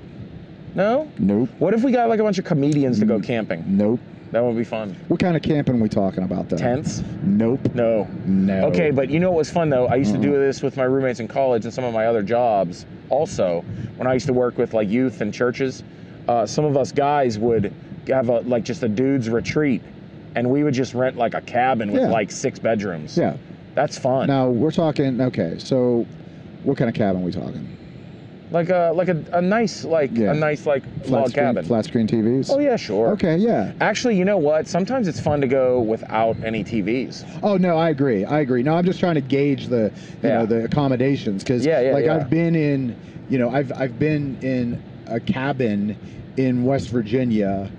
Speaker 2: No.
Speaker 3: Nope.
Speaker 2: What if we got like a bunch of comedians to go
Speaker 3: Mm.
Speaker 2: camping?
Speaker 3: Nope.
Speaker 2: That would be fun.
Speaker 3: What kind of camping we talking about though?
Speaker 2: Tents?
Speaker 3: Nope.
Speaker 2: No.
Speaker 3: No. Mm.
Speaker 2: Okay, but you know what was fun though? I used to do this with my roommates in college and some of my other jobs also. When I used to work with like youth and churches, uh, some of us guys would have a, like just a dude's retreat and we would just rent like a cabin with
Speaker 3: Yeah.
Speaker 2: like six bedrooms.
Speaker 3: Yeah.
Speaker 2: That's fun.
Speaker 3: Now we're talking. Okay, so what kind of cabin are we talking?
Speaker 2: Like a like a, a nice like
Speaker 3: Yeah.
Speaker 2: a nice like
Speaker 3: Flat
Speaker 2: log
Speaker 3: screen,
Speaker 2: cabin.
Speaker 3: Flat screen TVs.
Speaker 2: Oh yeah, sure.
Speaker 3: Okay, yeah.
Speaker 2: Actually, you know what? Sometimes it's fun to go without any TVs.
Speaker 3: Oh no, I agree. I agree. No, I'm just trying to gauge the you
Speaker 2: Yeah.
Speaker 3: know the accommodations because
Speaker 2: Yeah, yeah,
Speaker 3: like
Speaker 2: yeah.
Speaker 3: I've been in you know I've I've been in a cabin in West Virginia.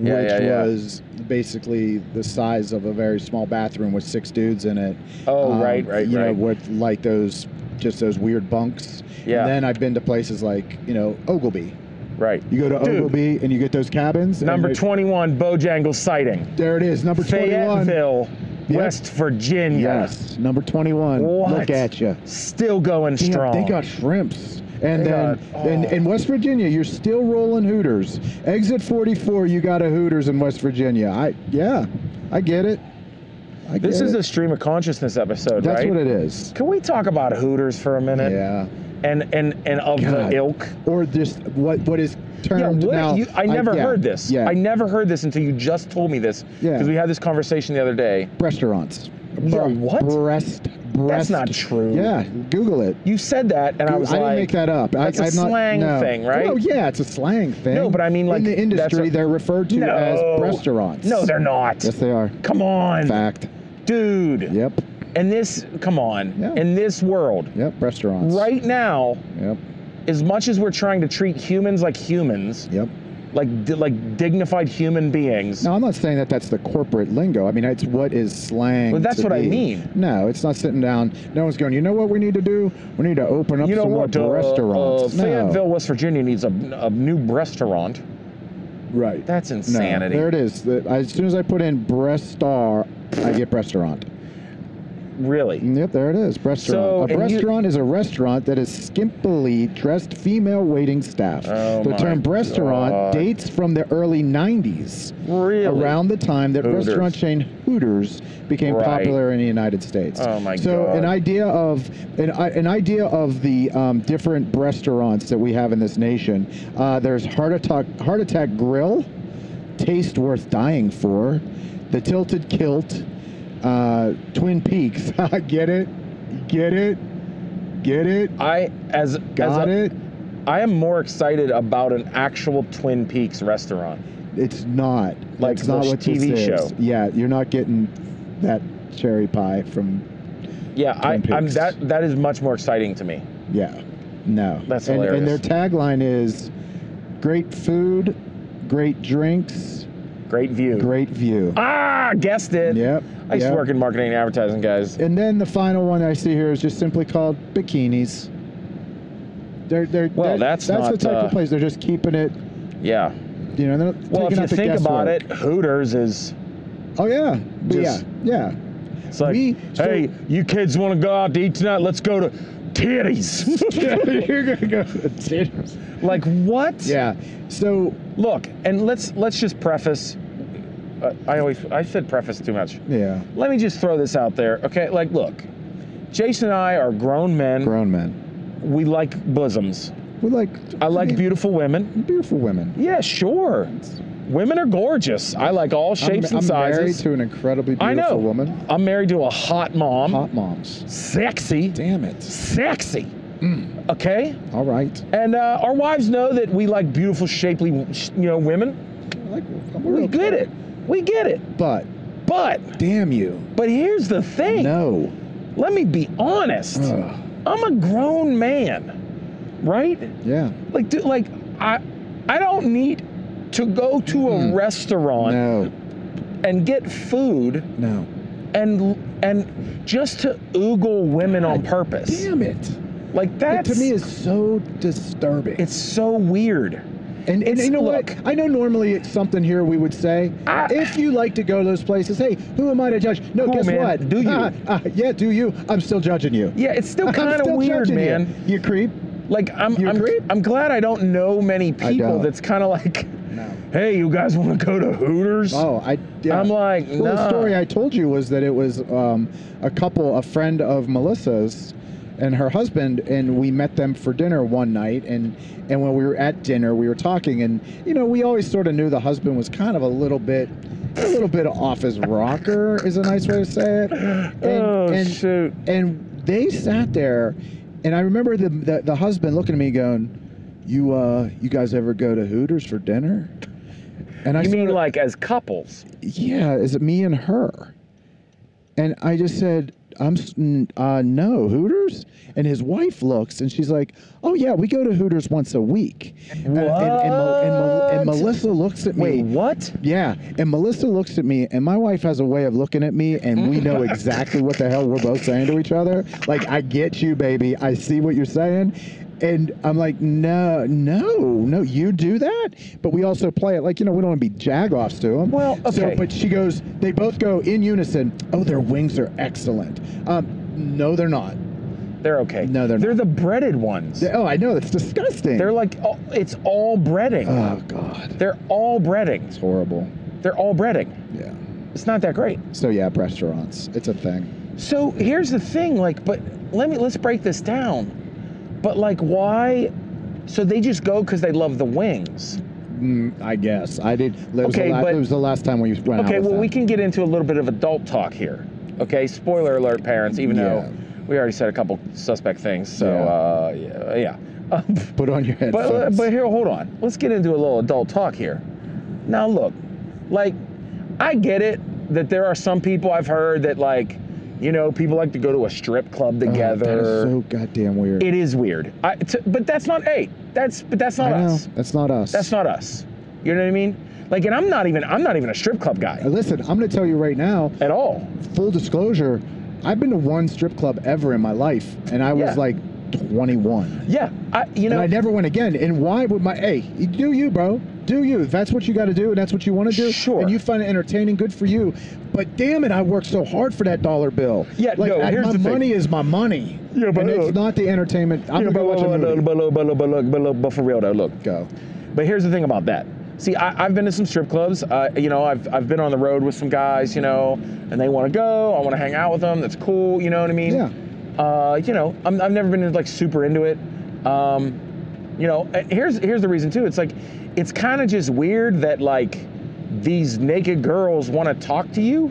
Speaker 2: Yeah,
Speaker 3: which
Speaker 2: yeah, yeah.
Speaker 3: was basically the size of a very small bathroom with six dudes in it.
Speaker 2: Oh,
Speaker 3: Um,
Speaker 2: right, right,
Speaker 3: You know,
Speaker 2: right.
Speaker 3: with like those, just those weird bunks.
Speaker 2: Yeah.
Speaker 3: And then I've been to places like, you know, Ogilby,
Speaker 2: Right.
Speaker 3: You go to
Speaker 2: Dude.
Speaker 3: Ogilby and you get those cabins. and
Speaker 2: Number
Speaker 3: they-
Speaker 2: 21, Bojangles sighting.
Speaker 3: There it is, number 21.
Speaker 2: Fayetteville,
Speaker 3: Yep.
Speaker 2: West Virginia.
Speaker 3: Yes, number 21.
Speaker 2: What?
Speaker 3: Look at you.
Speaker 2: Still going strong.
Speaker 3: They got shrimps. And
Speaker 2: They
Speaker 3: then
Speaker 2: got-
Speaker 3: and
Speaker 2: oh.
Speaker 3: in West Virginia, you're still rolling Hooters. Exit 44, you got a Hooters in West Virginia. I yeah, I get it. I get
Speaker 2: this is
Speaker 3: it.
Speaker 2: a stream of consciousness episode,
Speaker 3: That's
Speaker 2: right?
Speaker 3: what it is.
Speaker 2: Can we talk about Hooters for a minute?
Speaker 3: Yeah.
Speaker 2: And and and of
Speaker 3: God.
Speaker 2: the ilk.
Speaker 3: Or just what what is termed
Speaker 2: yeah, what
Speaker 3: now?
Speaker 2: you, I never
Speaker 3: yeah,
Speaker 2: heard this.
Speaker 3: Yeah.
Speaker 2: I never heard this until you just told me this.
Speaker 3: Yeah.
Speaker 2: Because we had this conversation the other day.
Speaker 3: restaurants.
Speaker 2: Yeah, what?
Speaker 3: Breast, breast.
Speaker 2: That's not true.
Speaker 3: Yeah, Google it.
Speaker 2: You said that, and I was like,
Speaker 3: didn't make that up. I-
Speaker 2: that's a
Speaker 3: I'm not-
Speaker 2: slang
Speaker 3: no.
Speaker 2: thing, right?
Speaker 3: Oh yeah, it's a slang thing.
Speaker 2: No, but I mean, like,
Speaker 3: in the
Speaker 2: that's
Speaker 3: industry,
Speaker 2: what-
Speaker 3: they're referred to
Speaker 2: no.
Speaker 3: as restaurants.
Speaker 2: No, they're not.
Speaker 3: Yes, they are.
Speaker 2: Come on,
Speaker 3: Fact.
Speaker 2: dude.
Speaker 3: Yep.
Speaker 2: And this, come on,
Speaker 3: Yeah.
Speaker 2: in this world,
Speaker 3: Yep. Restaurants.
Speaker 2: right now,
Speaker 3: Yep.
Speaker 2: as much as we're trying to treat humans like humans,
Speaker 3: Yep.
Speaker 2: like di- like dignified human beings,
Speaker 3: Now, I'm not saying that that's the corporate lingo. I mean, it's what is slang.
Speaker 2: Well, that's
Speaker 3: to
Speaker 2: what I
Speaker 3: be.
Speaker 2: mean.
Speaker 3: No, it's not sitting down. No one's going. You know what we need to do? We need to open up
Speaker 2: you know
Speaker 3: some
Speaker 2: what?
Speaker 3: more
Speaker 2: uh,
Speaker 3: restaurants.
Speaker 2: uh,
Speaker 3: No.
Speaker 2: Fayetteville, West Virginia needs a, a new restaurant.
Speaker 3: Right.
Speaker 2: That's
Speaker 3: No,
Speaker 2: insanity.
Speaker 3: there it is. The- as soon as I put in breast star, I get restaurant.
Speaker 2: Really?
Speaker 3: Yep, there it is.
Speaker 2: So,
Speaker 3: Restaurant. a
Speaker 2: and you-
Speaker 3: restaurant is a restaurant that is skimpily dressed female waiting staff.
Speaker 2: Oh
Speaker 3: the
Speaker 2: my
Speaker 3: term restaurant
Speaker 2: God.
Speaker 3: dates from the early 90s,
Speaker 2: Really?
Speaker 3: around the time that
Speaker 2: Hooters.
Speaker 3: restaurant chain Hooters became
Speaker 2: Right.
Speaker 3: popular in the United States.
Speaker 2: Oh my
Speaker 3: so
Speaker 2: God.
Speaker 3: an idea of an, i- an idea of the um, different restaurants that we have in this nation. Uh, there's Heart Attack Heart Attack Grill, Taste Worth Dying For, The Tilted Kilt, Uh, Twin Peaks. get it? Get it? Get it?
Speaker 2: I as as
Speaker 3: Got
Speaker 2: a-
Speaker 3: it?
Speaker 2: I am more excited about an actual Twin Peaks restaurant.
Speaker 3: It's not.
Speaker 2: Like
Speaker 3: It's not
Speaker 2: the
Speaker 3: what this
Speaker 2: TV
Speaker 3: is.
Speaker 2: show.
Speaker 3: Yeah, you're not getting that cherry pie from.
Speaker 2: Yeah, I,
Speaker 3: Twin
Speaker 2: I'm
Speaker 3: Peaks.
Speaker 2: that that is much more exciting to me.
Speaker 3: Yeah, no.
Speaker 2: That's
Speaker 3: and, And their
Speaker 2: hilarious.
Speaker 3: tagline is, "Great food, great drinks,
Speaker 2: Great view.
Speaker 3: great view."
Speaker 2: Ah, guessed it.
Speaker 3: Yep.
Speaker 2: I used
Speaker 3: yep.
Speaker 2: to work in marketing and advertising, guys.
Speaker 3: And then the final one I see here is just simply called bikinis. They're they're
Speaker 2: Well,
Speaker 3: they're-
Speaker 2: that's
Speaker 3: that's the
Speaker 2: not,
Speaker 3: type
Speaker 2: uh,
Speaker 3: of place they're just keeping it.
Speaker 2: Yeah.
Speaker 3: You know, they're not
Speaker 2: Well,
Speaker 3: taking
Speaker 2: if you
Speaker 3: out the
Speaker 2: think about
Speaker 3: guesswork.
Speaker 2: it, Hooters is
Speaker 3: oh yeah, But
Speaker 2: Just-
Speaker 3: yeah, yeah.
Speaker 2: it's like,
Speaker 3: We- so-
Speaker 2: hey, you kids want to go out to eat tonight? Let's go to titties.
Speaker 3: You're gonna go.
Speaker 2: like what?
Speaker 3: yeah. So
Speaker 2: Look, and let's let's just preface. Uh, I always I said preface too much.
Speaker 3: yeah,
Speaker 2: Let me just throw this out there, okay? Like, look, Jason and I are grown men.
Speaker 3: grown men.
Speaker 2: We like bosoms.
Speaker 3: We like.
Speaker 2: I like
Speaker 3: mean,
Speaker 2: beautiful women.
Speaker 3: beautiful women.
Speaker 2: Yeah, sure. Women are gorgeous. I like all shapes
Speaker 3: I'm,
Speaker 2: and
Speaker 3: I'm married
Speaker 2: sizes.
Speaker 3: to an incredibly beautiful
Speaker 2: I know.
Speaker 3: woman.
Speaker 2: I'm married to a hot mom.
Speaker 3: Hot moms.
Speaker 2: Sexy.
Speaker 3: Damn Mm. it.
Speaker 2: Sexy. Okay?
Speaker 3: All right.
Speaker 2: And uh, our wives know that we like beautiful, shapely, sh- you know, women.
Speaker 3: I Like, I'm
Speaker 2: We
Speaker 3: okay.
Speaker 2: get it. We get it.
Speaker 3: But
Speaker 2: But,
Speaker 3: damn you.
Speaker 2: but here's the thing.
Speaker 3: No.
Speaker 2: Let me be honest.
Speaker 3: Ugh.
Speaker 2: I'm a grown man, right?
Speaker 3: Yeah.
Speaker 2: Like, dude, like I, I don't need to go to a
Speaker 3: Mm-mm.
Speaker 2: restaurant
Speaker 3: No.
Speaker 2: and get food
Speaker 3: No.
Speaker 2: and and just to oogle women on purpose.
Speaker 3: Damn it.
Speaker 2: Like that's
Speaker 3: It to me is so disturbing.
Speaker 2: it's so weird.
Speaker 3: and, and
Speaker 2: it's-
Speaker 3: you know
Speaker 2: look.
Speaker 3: what? I know normally it's something here we would say.
Speaker 2: I-
Speaker 3: if you like to go to those places, hey, who am I to judge? No,
Speaker 2: Cool,
Speaker 3: guess
Speaker 2: man.
Speaker 3: what?
Speaker 2: Do you?
Speaker 3: Ah, ah, yeah, do you? I'm still judging you.
Speaker 2: Yeah, it's still
Speaker 3: I'm
Speaker 2: kind of
Speaker 3: still
Speaker 2: weird,
Speaker 3: judging you.
Speaker 2: man.
Speaker 3: You, creep.
Speaker 2: Like I'm
Speaker 3: You
Speaker 2: I'm
Speaker 3: agree?
Speaker 2: I'm glad I don't know many
Speaker 3: I
Speaker 2: people
Speaker 3: don't.
Speaker 2: that's kind of like,
Speaker 3: No.
Speaker 2: hey, you guys want to go to Hooters?
Speaker 3: Oh, I. Yeah.
Speaker 2: I'm like,
Speaker 3: Well, the
Speaker 2: nah.
Speaker 3: story I told you was that it was um, a couple, a friend of Melissa's and her husband, and we met them for dinner one night. And, and when we were at dinner, we were talking, and, you know, we always sort of knew the husband was kind of a little bit. A little bit off his rocker is a nice way to say it. And,
Speaker 2: oh
Speaker 3: and,
Speaker 2: shoot.
Speaker 3: and they sat there, and I remember the, the the husband looking at me going, "You uh, you guys ever go to Hooters for dinner?" And I
Speaker 2: You mean
Speaker 3: sorta-
Speaker 2: like as couples?
Speaker 3: yeah, is it me and her? And I just said, I'm, s- n- uh, no, Hooters? And his wife looks and she's like, oh yeah, we go to Hooters once a week. And, and, and, Mel- and, Mel- and
Speaker 2: What?
Speaker 3: Melissa looks at me.
Speaker 2: Wait, what?
Speaker 3: Yeah, and Melissa looks at me, and my wife has a way of looking at me, and we know exactly what the hell we're both saying to each other. Like, I get you, baby. I see what you're saying. And I'm like, no, no, no, you do that. But we also play it like, you know, we don't want to be jagoffs to them.
Speaker 2: Well, okay.
Speaker 3: So, but she goes, they both go in unison, oh, their wings are excellent. Um, no, they're not.
Speaker 2: They're okay.
Speaker 3: No, they're
Speaker 2: They're the breaded ones.
Speaker 3: They- oh, I know, that's disgusting.
Speaker 2: They're like oh, it's all breading.
Speaker 3: oh, God.
Speaker 2: They're all breading.
Speaker 3: It's horrible.
Speaker 2: They're all breading.
Speaker 3: Yeah.
Speaker 2: It's not that great.
Speaker 3: So, yeah, restaurants, it's a thing.
Speaker 2: So here's the thing, like, but let me let's break this down. But like, why? So they just go because they love the wings.
Speaker 3: Mm, I guess I did. It was,
Speaker 2: Okay,
Speaker 3: the la-
Speaker 2: but-
Speaker 3: it was the last time we went out.
Speaker 2: Okay,
Speaker 3: with
Speaker 2: well
Speaker 3: them.
Speaker 2: we can get into a little bit of adult talk here. Okay, spoiler alert, parents. Even though we already said a couple suspect things, so yeah. uh, yeah, yeah. Um,
Speaker 3: put on your headphones.
Speaker 2: but but here, hold on. Let's get into a little adult talk here. Now look, like, I get it that there are some people I've heard that like, you know, people like to go to a strip club
Speaker 3: Oh,
Speaker 2: together.
Speaker 3: that is so goddamn weird.
Speaker 2: It is weird. I t but that's not hey. That's but that's not
Speaker 3: I know.
Speaker 2: us.
Speaker 3: That's not us.
Speaker 2: That's not us. You know what I mean? Like, and I'm not even I'm not even a strip club guy
Speaker 3: Uh, Listen, I'm going to tell you right now.
Speaker 2: at all.
Speaker 3: Full disclosure, I've been to one strip club ever in my life, and I was
Speaker 2: Yeah.
Speaker 3: like 21.
Speaker 2: Yeah, I you know
Speaker 3: and I never went again. And why would my hey? you Do you, bro? Do you? If that's what you got to do, and that's what you want to do,
Speaker 2: Sure.
Speaker 3: And you find it entertaining, good for you. But damn it, I worked so hard for that dollar bill.
Speaker 2: Yeah,
Speaker 3: like
Speaker 2: no,
Speaker 3: I-
Speaker 2: here's
Speaker 3: my
Speaker 2: the thing.
Speaker 3: money is my money.
Speaker 2: Yeah, but
Speaker 3: and
Speaker 2: look.
Speaker 3: it's not the entertainment. I'm
Speaker 2: yeah,
Speaker 3: gonna
Speaker 2: but, uh,
Speaker 3: go watch a
Speaker 2: but,
Speaker 3: movie.
Speaker 2: but, but, but, but, but, but, but for real though, look.
Speaker 3: Go.
Speaker 2: But here's the thing about that. See, I, I've been to some strip clubs. Uh, you know, I've, I've been on the road with some guys, you know, and they want to go. I want to hang out with them. That's cool. You know what I mean?
Speaker 3: Yeah.
Speaker 2: Uh, you know, I'm, I've never been like super into it. Um, you know, and here's here's the reason too. It's like, it's kind of just weird that like these naked girls want to talk to you,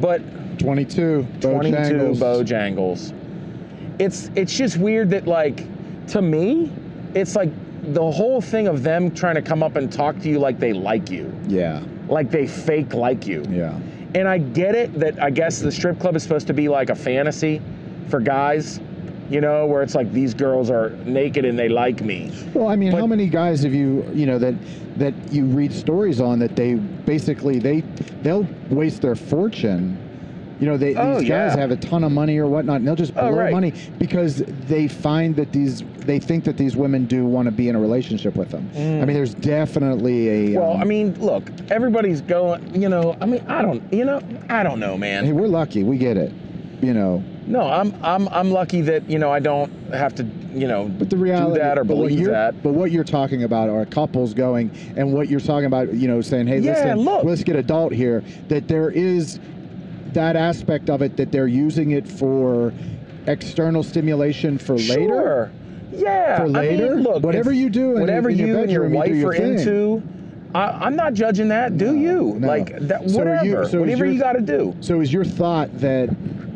Speaker 2: but
Speaker 3: 22.
Speaker 2: 22
Speaker 3: Bojangles.
Speaker 2: Bojangles. It's it's just weird that like to me, it's like the whole thing of them trying to come up and talk to you like they like you,
Speaker 3: Yeah,
Speaker 2: like they fake like you.
Speaker 3: yeah,
Speaker 2: And I get it that I guess the strip club is supposed to be like a fantasy for guys, you know, where it's like these girls are naked and they like me.
Speaker 3: Well, I mean,
Speaker 2: But-
Speaker 3: how many guys have you, you know, that that you read stories on that they basically they they'll waste their fortune. You know, they,
Speaker 2: Oh,
Speaker 3: these guys
Speaker 2: yeah.
Speaker 3: have a ton of money or whatnot, and they'll just blow
Speaker 2: Oh, right.
Speaker 3: money because they find that these they think that these women do want to be in a relationship with them. I mean, there's definitely a
Speaker 2: Mm. Well,
Speaker 3: um,
Speaker 2: I mean, look, everybody's going, you know, I mean, I don't, you know, I don't know, man.
Speaker 3: hey, we're lucky, we get it, you know.
Speaker 2: No, I'm I'm I'm lucky that you know I don't have to you know
Speaker 3: But the reality,
Speaker 2: do that or
Speaker 3: but what
Speaker 2: believe
Speaker 3: you're-
Speaker 2: that.
Speaker 3: But what you're talking about are couples going, and what you're talking about, you know, saying, "Hey,
Speaker 2: Yeah,
Speaker 3: listen,
Speaker 2: look.
Speaker 3: let's get adult here." That there is that aspect of it that they're using it for external stimulation for later.
Speaker 2: Sure. Yeah.
Speaker 3: For
Speaker 2: I
Speaker 3: later?
Speaker 2: mean, look,
Speaker 3: Whatever
Speaker 2: if-
Speaker 3: you do in-
Speaker 2: whatever
Speaker 3: in your
Speaker 2: you and your
Speaker 3: bedroom, you do
Speaker 2: wife
Speaker 3: your
Speaker 2: are
Speaker 3: thing.
Speaker 2: into, I, I'm not judging that. Do
Speaker 3: No,
Speaker 2: you
Speaker 3: no.
Speaker 2: like that?
Speaker 3: So
Speaker 2: whatever,
Speaker 3: are you- so is
Speaker 2: whatever
Speaker 3: your-
Speaker 2: you got to do.
Speaker 3: So is your thought that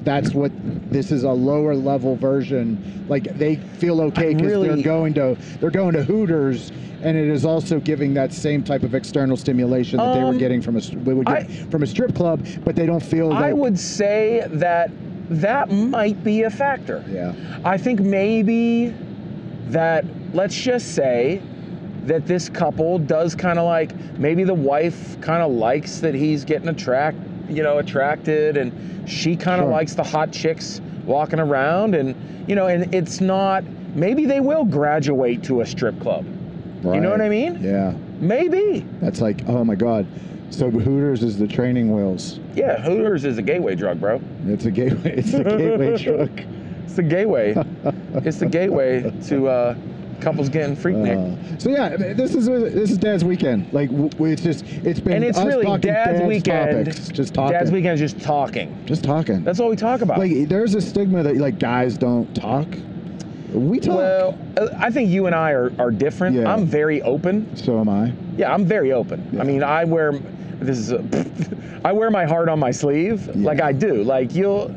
Speaker 3: that's what this is a lower level version? Like they feel okay because they're
Speaker 2: really-
Speaker 3: going to they're going to Hooters, and it is also giving that same type of external stimulation that they were
Speaker 2: Um,
Speaker 3: getting from a s- we would get
Speaker 2: I-
Speaker 3: from a strip club, but they don't feel.
Speaker 2: I
Speaker 3: like-
Speaker 2: would say that that might be a factor.
Speaker 3: Yeah.
Speaker 2: I think maybe that let's just say that this couple does kind of like maybe the wife kind of likes that he's getting attract you know attracted and she kind of
Speaker 3: Sure.
Speaker 2: likes the hot chicks walking around and you know and it's not maybe they will graduate to a strip club you know what I
Speaker 3: Right.
Speaker 2: mean
Speaker 3: Yeah.
Speaker 2: maybe
Speaker 3: That's like, oh my God. So Hooters is the training wheels.
Speaker 2: yeah Hooters is a gateway drug bro
Speaker 3: It's a gateway. It's a gateway truck.
Speaker 2: it's the gateway it's the gateway to uh, couples getting freaknik
Speaker 3: Uh, so yeah, this is this is Dad's weekend. Like w- w- it's just it's been
Speaker 2: and it's
Speaker 3: us
Speaker 2: really
Speaker 3: talking
Speaker 2: dad's, weekend
Speaker 3: topics, just talking,
Speaker 2: dad's weekend is just talking
Speaker 3: just talking.
Speaker 2: that's all we talk about
Speaker 3: like there's a stigma that like guys don't talk. We talk.
Speaker 2: Well, uh, I think you and I are, are different.
Speaker 3: Yeah.
Speaker 2: I'm very open.
Speaker 3: so am I.
Speaker 2: Yeah, I'm very open.
Speaker 3: Yeah.
Speaker 2: I mean, I wear this is a, I wear my heart on my sleeve. Like I do. Like you'll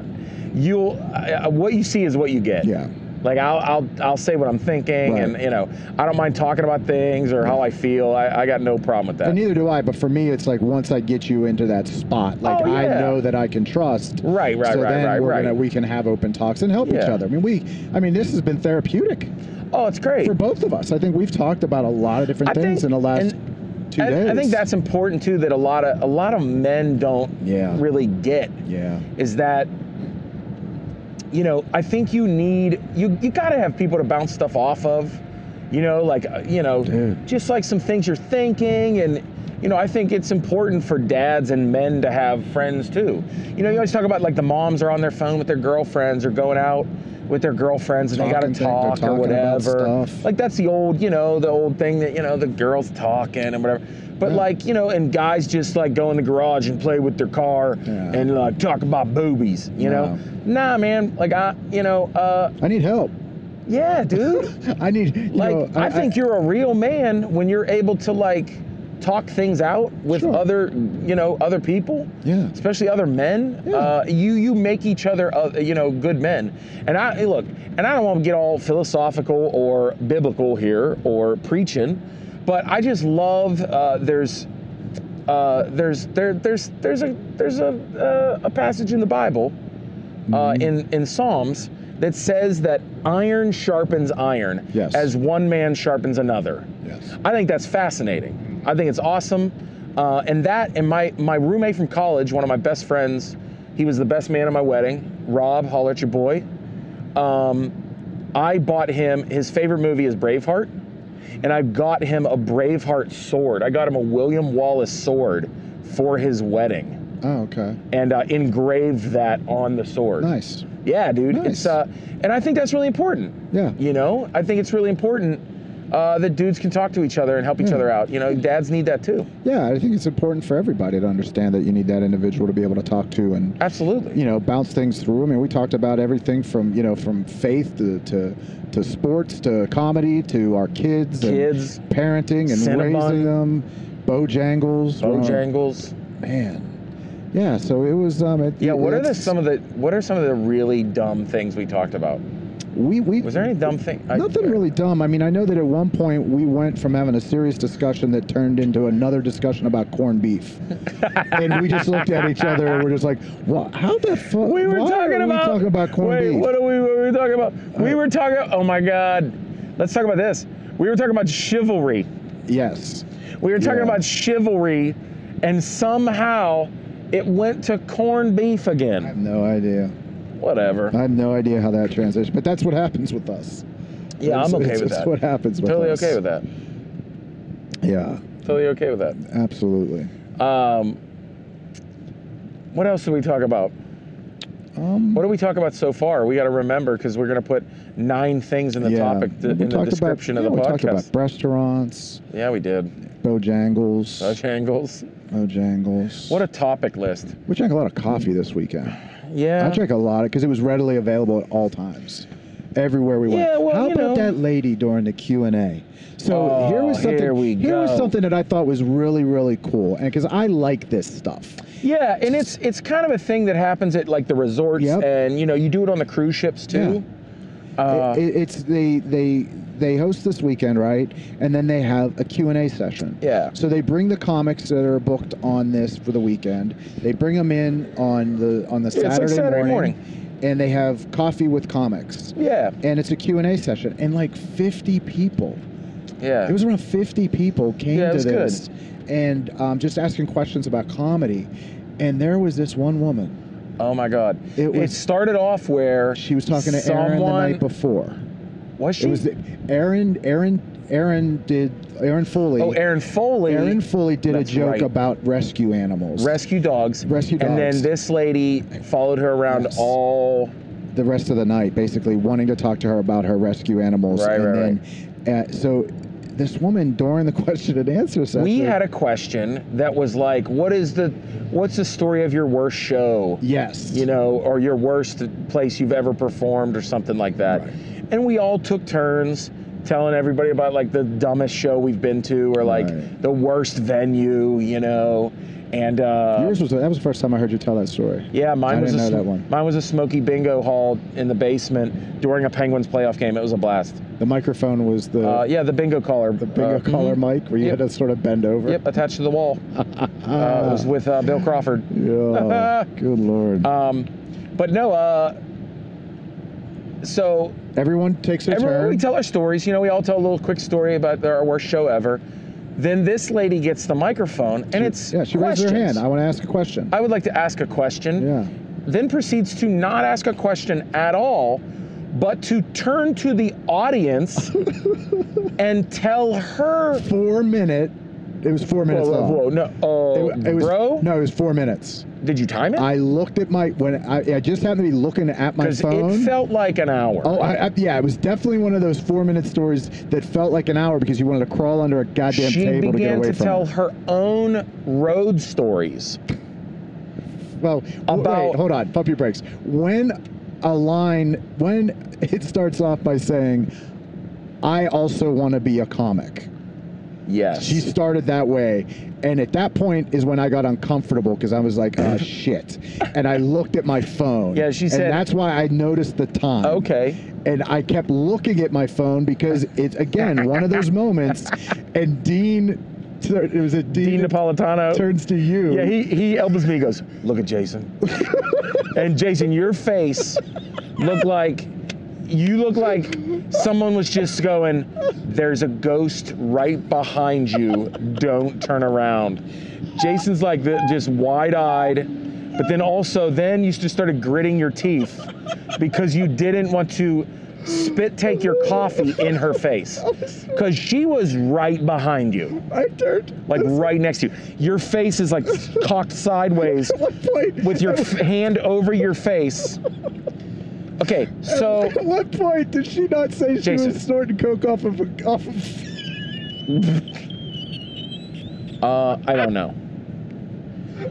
Speaker 2: you'll uh, what you see is what you get.
Speaker 3: Yeah.
Speaker 2: Like I'll I'll I'll say what I'm thinking,
Speaker 3: Right.
Speaker 2: and you know I don't mind talking about things or how I feel. I, I got no problem with that.
Speaker 3: And neither do I, but for me, it's like once I get you into that spot, like
Speaker 2: Oh,
Speaker 3: I
Speaker 2: yeah.
Speaker 3: know that I can trust.
Speaker 2: Right, right,
Speaker 3: so
Speaker 2: right,
Speaker 3: then
Speaker 2: right,
Speaker 3: we're
Speaker 2: right.
Speaker 3: Gonna, we can have open talks and help each
Speaker 2: Yeah.
Speaker 3: other. I mean, we, I mean, this has been therapeutic
Speaker 2: oh, it's great.
Speaker 3: for both of us. I think we've talked about a lot of different
Speaker 2: I think-
Speaker 3: things in the last
Speaker 2: and
Speaker 3: two
Speaker 2: I,
Speaker 3: days.
Speaker 2: I think that's important too. That a lot of a lot of men don't
Speaker 3: Yeah.
Speaker 2: really get.
Speaker 3: yeah,
Speaker 2: is that you know i think you need you you gotta have people to bounce stuff off of you know like uh, you know
Speaker 3: Dude.
Speaker 2: just like some things you're thinking and you know i think it's important for dads and men to have friends too you know you always talk about like the moms are on their phone with their girlfriends or going out with their girlfriends and
Speaker 3: Talking
Speaker 2: they
Speaker 3: thing, they're
Speaker 2: gotta talk or
Speaker 3: talking about
Speaker 2: whatever
Speaker 3: stuff.
Speaker 2: like that's the old you know the old thing that you know the girls talking and whatever but
Speaker 3: Yeah.
Speaker 2: like you know and guys just like go in the garage and play with their car
Speaker 3: Yeah.
Speaker 2: and like talk about boobies you know nah man like i you know uh
Speaker 3: I need help.
Speaker 2: yeah dude
Speaker 3: I need you
Speaker 2: like
Speaker 3: know,
Speaker 2: i think you're a real man when you're able to like talk things out with
Speaker 3: Sure.
Speaker 2: other you know other people
Speaker 3: yeah.
Speaker 2: especially other men
Speaker 3: Yeah.
Speaker 2: uh, you you make each other uh, you know good men and i hey, look and i don't want to get all philosophical or biblical here or preaching but i just love uh, there's uh, there's there there's there's a there's a uh, a passage in the bible uh,
Speaker 3: Mm-hmm.
Speaker 2: in in psalms that says that iron sharpens iron
Speaker 3: Yes.
Speaker 2: as one man sharpens another
Speaker 3: Yes.
Speaker 2: I think that's fascinating. I think it's awesome. Uh, and that, and my, my roommate from college, one of my best friends, he was the best man at my wedding, Rob, holler at your boy. Um, I bought him, his favorite movie is Braveheart, and I got him a Braveheart sword. I got him a William Wallace sword for his wedding
Speaker 3: Oh, okay.
Speaker 2: and uh, engraved that on the sword.
Speaker 3: Nice.
Speaker 2: Yeah, dude.
Speaker 3: Nice.
Speaker 2: It's, uh, and I think that's really important.
Speaker 3: Yeah.
Speaker 2: You know, I think it's really important uh, that dudes can talk to each other and help each
Speaker 3: Yeah.
Speaker 2: other out. You know, dads need that too.
Speaker 3: Yeah, I think it's important for everybody to understand that you need that individual to be able to talk to and
Speaker 2: Absolutely.
Speaker 3: you know bounce things through. I mean, we talked about everything from you know from faith to to, to sports to comedy to our kids,
Speaker 2: Kids,
Speaker 3: and parenting and
Speaker 2: Cinnabon.
Speaker 3: Uh, raising them, Bojangles, wow,
Speaker 2: Bojangles.
Speaker 3: man. Yeah, so it was. Um, it,
Speaker 2: Yeah, what are the
Speaker 3: it's-
Speaker 2: some of the what are some of the really dumb things we talked about?
Speaker 3: We we
Speaker 2: Was there any dumb thing? I-
Speaker 3: Nothing really dumb. I mean, I know that at one point we went from having a serious discussion that turned into another discussion about corned beef, and we just looked at each other and we're just like, "What? How the fuck?
Speaker 2: We were
Speaker 3: why
Speaker 2: talking
Speaker 3: are
Speaker 2: about
Speaker 3: we talking about corned
Speaker 2: wait,
Speaker 3: beef." Uh,
Speaker 2: What are we what were we talking about? we were talking oh my god. Let's talk about this. We were talking about chivalry.
Speaker 3: yes,
Speaker 2: We were talking
Speaker 3: Yeah.
Speaker 2: about chivalry and somehow it went to corned beef
Speaker 3: I have
Speaker 2: again.
Speaker 3: no idea.
Speaker 2: Whatever.
Speaker 3: I have no idea how that transition, but that's what happens with us.
Speaker 2: Yeah,
Speaker 3: It's-
Speaker 2: I'm okay
Speaker 3: it's-
Speaker 2: with
Speaker 3: it's
Speaker 2: that.
Speaker 3: what happens with
Speaker 2: Totally
Speaker 3: us.
Speaker 2: okay with that.
Speaker 3: Yeah,
Speaker 2: Totally okay with that.
Speaker 3: absolutely.
Speaker 2: Um, what else did we talk about?
Speaker 3: Um,
Speaker 2: What do we talk about so far? We got to remember because we're going to put nine things in the
Speaker 3: yeah,
Speaker 2: topic
Speaker 3: we
Speaker 2: in the
Speaker 3: talked
Speaker 2: description
Speaker 3: about,
Speaker 2: of the
Speaker 3: yeah, We talked
Speaker 2: podcast.
Speaker 3: about restaurants,
Speaker 2: Yeah, we did.
Speaker 3: Bojangles,
Speaker 2: Dutch angles.
Speaker 3: Bojangles.
Speaker 2: What a topic list.
Speaker 3: we drank a lot of coffee this weekend. I
Speaker 2: Yeah.
Speaker 3: drank a lot because it was readily available at all times, everywhere we went.
Speaker 2: Yeah, well,
Speaker 3: How
Speaker 2: you
Speaker 3: about
Speaker 2: know.
Speaker 3: that lady during the Q and A? So
Speaker 2: Oh,
Speaker 3: here was something.
Speaker 2: here we
Speaker 3: was
Speaker 2: go.
Speaker 3: something that I thought was really, really cool, and because I like this stuff.
Speaker 2: Yeah, and it's it's kind of a thing that happens at like the resorts,
Speaker 3: Yep.
Speaker 2: and you know you do it on the cruise ships too. Uh,
Speaker 3: it, it's they they they host this weekend, right? And then they have a Q and A session.
Speaker 2: Yeah.
Speaker 3: So they bring the comics that are booked on this for the weekend. They bring them in on the on the
Speaker 2: Yeah, it's like
Speaker 3: Saturday,
Speaker 2: Saturday morning.
Speaker 3: and they have coffee with comics.
Speaker 2: yeah,
Speaker 3: And it's a Q&A session and like 50 people
Speaker 2: yeah.
Speaker 3: It was around 50 people came
Speaker 2: Yeah, it
Speaker 3: to
Speaker 2: was good.
Speaker 3: this and um, just asking questions about comedy. And there was this one woman.
Speaker 2: oh my god!
Speaker 3: It
Speaker 2: It,
Speaker 3: was-
Speaker 2: started off where
Speaker 3: She was talking to Aaron the night
Speaker 2: Someone-
Speaker 3: before.
Speaker 2: was she?
Speaker 3: It was the, Aaron, Aaron, Aaron did, Aaron Foley.
Speaker 2: oh, Aaron Foley.
Speaker 3: Aaron Foley did
Speaker 2: That's
Speaker 3: a joke
Speaker 2: right.
Speaker 3: about rescue animals.
Speaker 2: rescue dogs.
Speaker 3: Rescue
Speaker 2: And
Speaker 3: dogs.
Speaker 2: then this lady followed her around
Speaker 3: Yes.
Speaker 2: all.
Speaker 3: the rest of the night, basically wanting to talk to her about her rescue animals.
Speaker 2: Right,
Speaker 3: and
Speaker 2: right,
Speaker 3: then, Uh, so this woman during the question and answer session.
Speaker 2: We had a question that was like, "What is the, what's the story of your worst show?
Speaker 3: Yes.
Speaker 2: You know, or your worst place you've ever performed, or something like that."
Speaker 3: Right.
Speaker 2: And we all took turns telling everybody about like the dumbest show we've been to, or like
Speaker 3: Right.
Speaker 2: the worst venue, you know. And uh,
Speaker 3: Yours was, that was the first time I heard you tell that story.
Speaker 2: yeah, mine
Speaker 3: I
Speaker 2: was
Speaker 3: didn't
Speaker 2: a sm-
Speaker 3: know that one.
Speaker 2: mine was a smoky bingo hall in the basement during a Penguins playoff game. It was a blast.
Speaker 3: The microphone was the
Speaker 2: Uh, yeah, the bingo caller.
Speaker 3: the bigger
Speaker 2: uh,
Speaker 3: collar
Speaker 2: mhm.
Speaker 3: mic where you
Speaker 2: Yep.
Speaker 3: had to sort of bend over.
Speaker 2: Yep, attached to the wall. Uh, it was with uh, Bill Crawford.
Speaker 3: Yeah. Good lord.
Speaker 2: Um, but no, uh, so
Speaker 3: everyone takes their
Speaker 2: everyone,
Speaker 3: turn.
Speaker 2: we tell our stories. You know, we all tell a little quick story about our worst show ever. Then this lady gets the microphone, and it's
Speaker 3: yeah, she
Speaker 2: questions.
Speaker 3: raised her hand. I want to ask a question.
Speaker 2: I would like to ask a question.
Speaker 3: yeah.
Speaker 2: Then proceeds to not ask a question at all, but to turn to the audience and tell her.
Speaker 3: Four minute. It was four minutes
Speaker 2: whoa,
Speaker 3: long.
Speaker 2: whoa, no, oh,
Speaker 3: It, it was,
Speaker 2: bro,
Speaker 3: No, it was four minutes.
Speaker 2: did you time it?
Speaker 3: I looked at my when I, I just happened to be looking at my
Speaker 2: Because
Speaker 3: phone.
Speaker 2: it felt like an hour.
Speaker 3: Oh, I, I, yeah, it was definitely one of those four-minute stories that felt like an hour because you wanted to crawl under a goddamn
Speaker 2: she
Speaker 3: table to get
Speaker 2: began
Speaker 3: away
Speaker 2: to,
Speaker 3: from.
Speaker 2: tell
Speaker 3: it.
Speaker 2: her own road stories.
Speaker 3: Well, w- wait,
Speaker 2: About-
Speaker 3: hold on, pump your brakes. When a line, when it starts off by saying, "I also want to be a comic,"
Speaker 2: Yes.
Speaker 3: she started that way, and at that point is when I got uncomfortable because I was like, "Oh shit," and I looked at my phone.
Speaker 2: Yeah, she said-
Speaker 3: and that's why I noticed the time.
Speaker 2: okay.
Speaker 3: and I kept looking at my phone because it's again one of those moments. And Dean, it was a Dean,
Speaker 2: Dean Napolitano.
Speaker 3: turns to you.
Speaker 2: yeah, he, he elbows me. He goes, look at Jason. and Jason, your face looked like you look like someone was just going. There's a ghost right behind you. Don't turn around. Jason's like the, just wide-eyed, but then also then you just started gritting your teeth because you didn't want to spit take your coffee in her face because she was right behind you
Speaker 3: I turned
Speaker 2: like right next to you. Your face is like cocked sideways
Speaker 3: at one point.
Speaker 2: with your f- hand over your face. Okay, so
Speaker 3: at one point, did she not say she
Speaker 2: Jason.
Speaker 3: was snorting coke off of a- off of?
Speaker 2: uh, I don't know.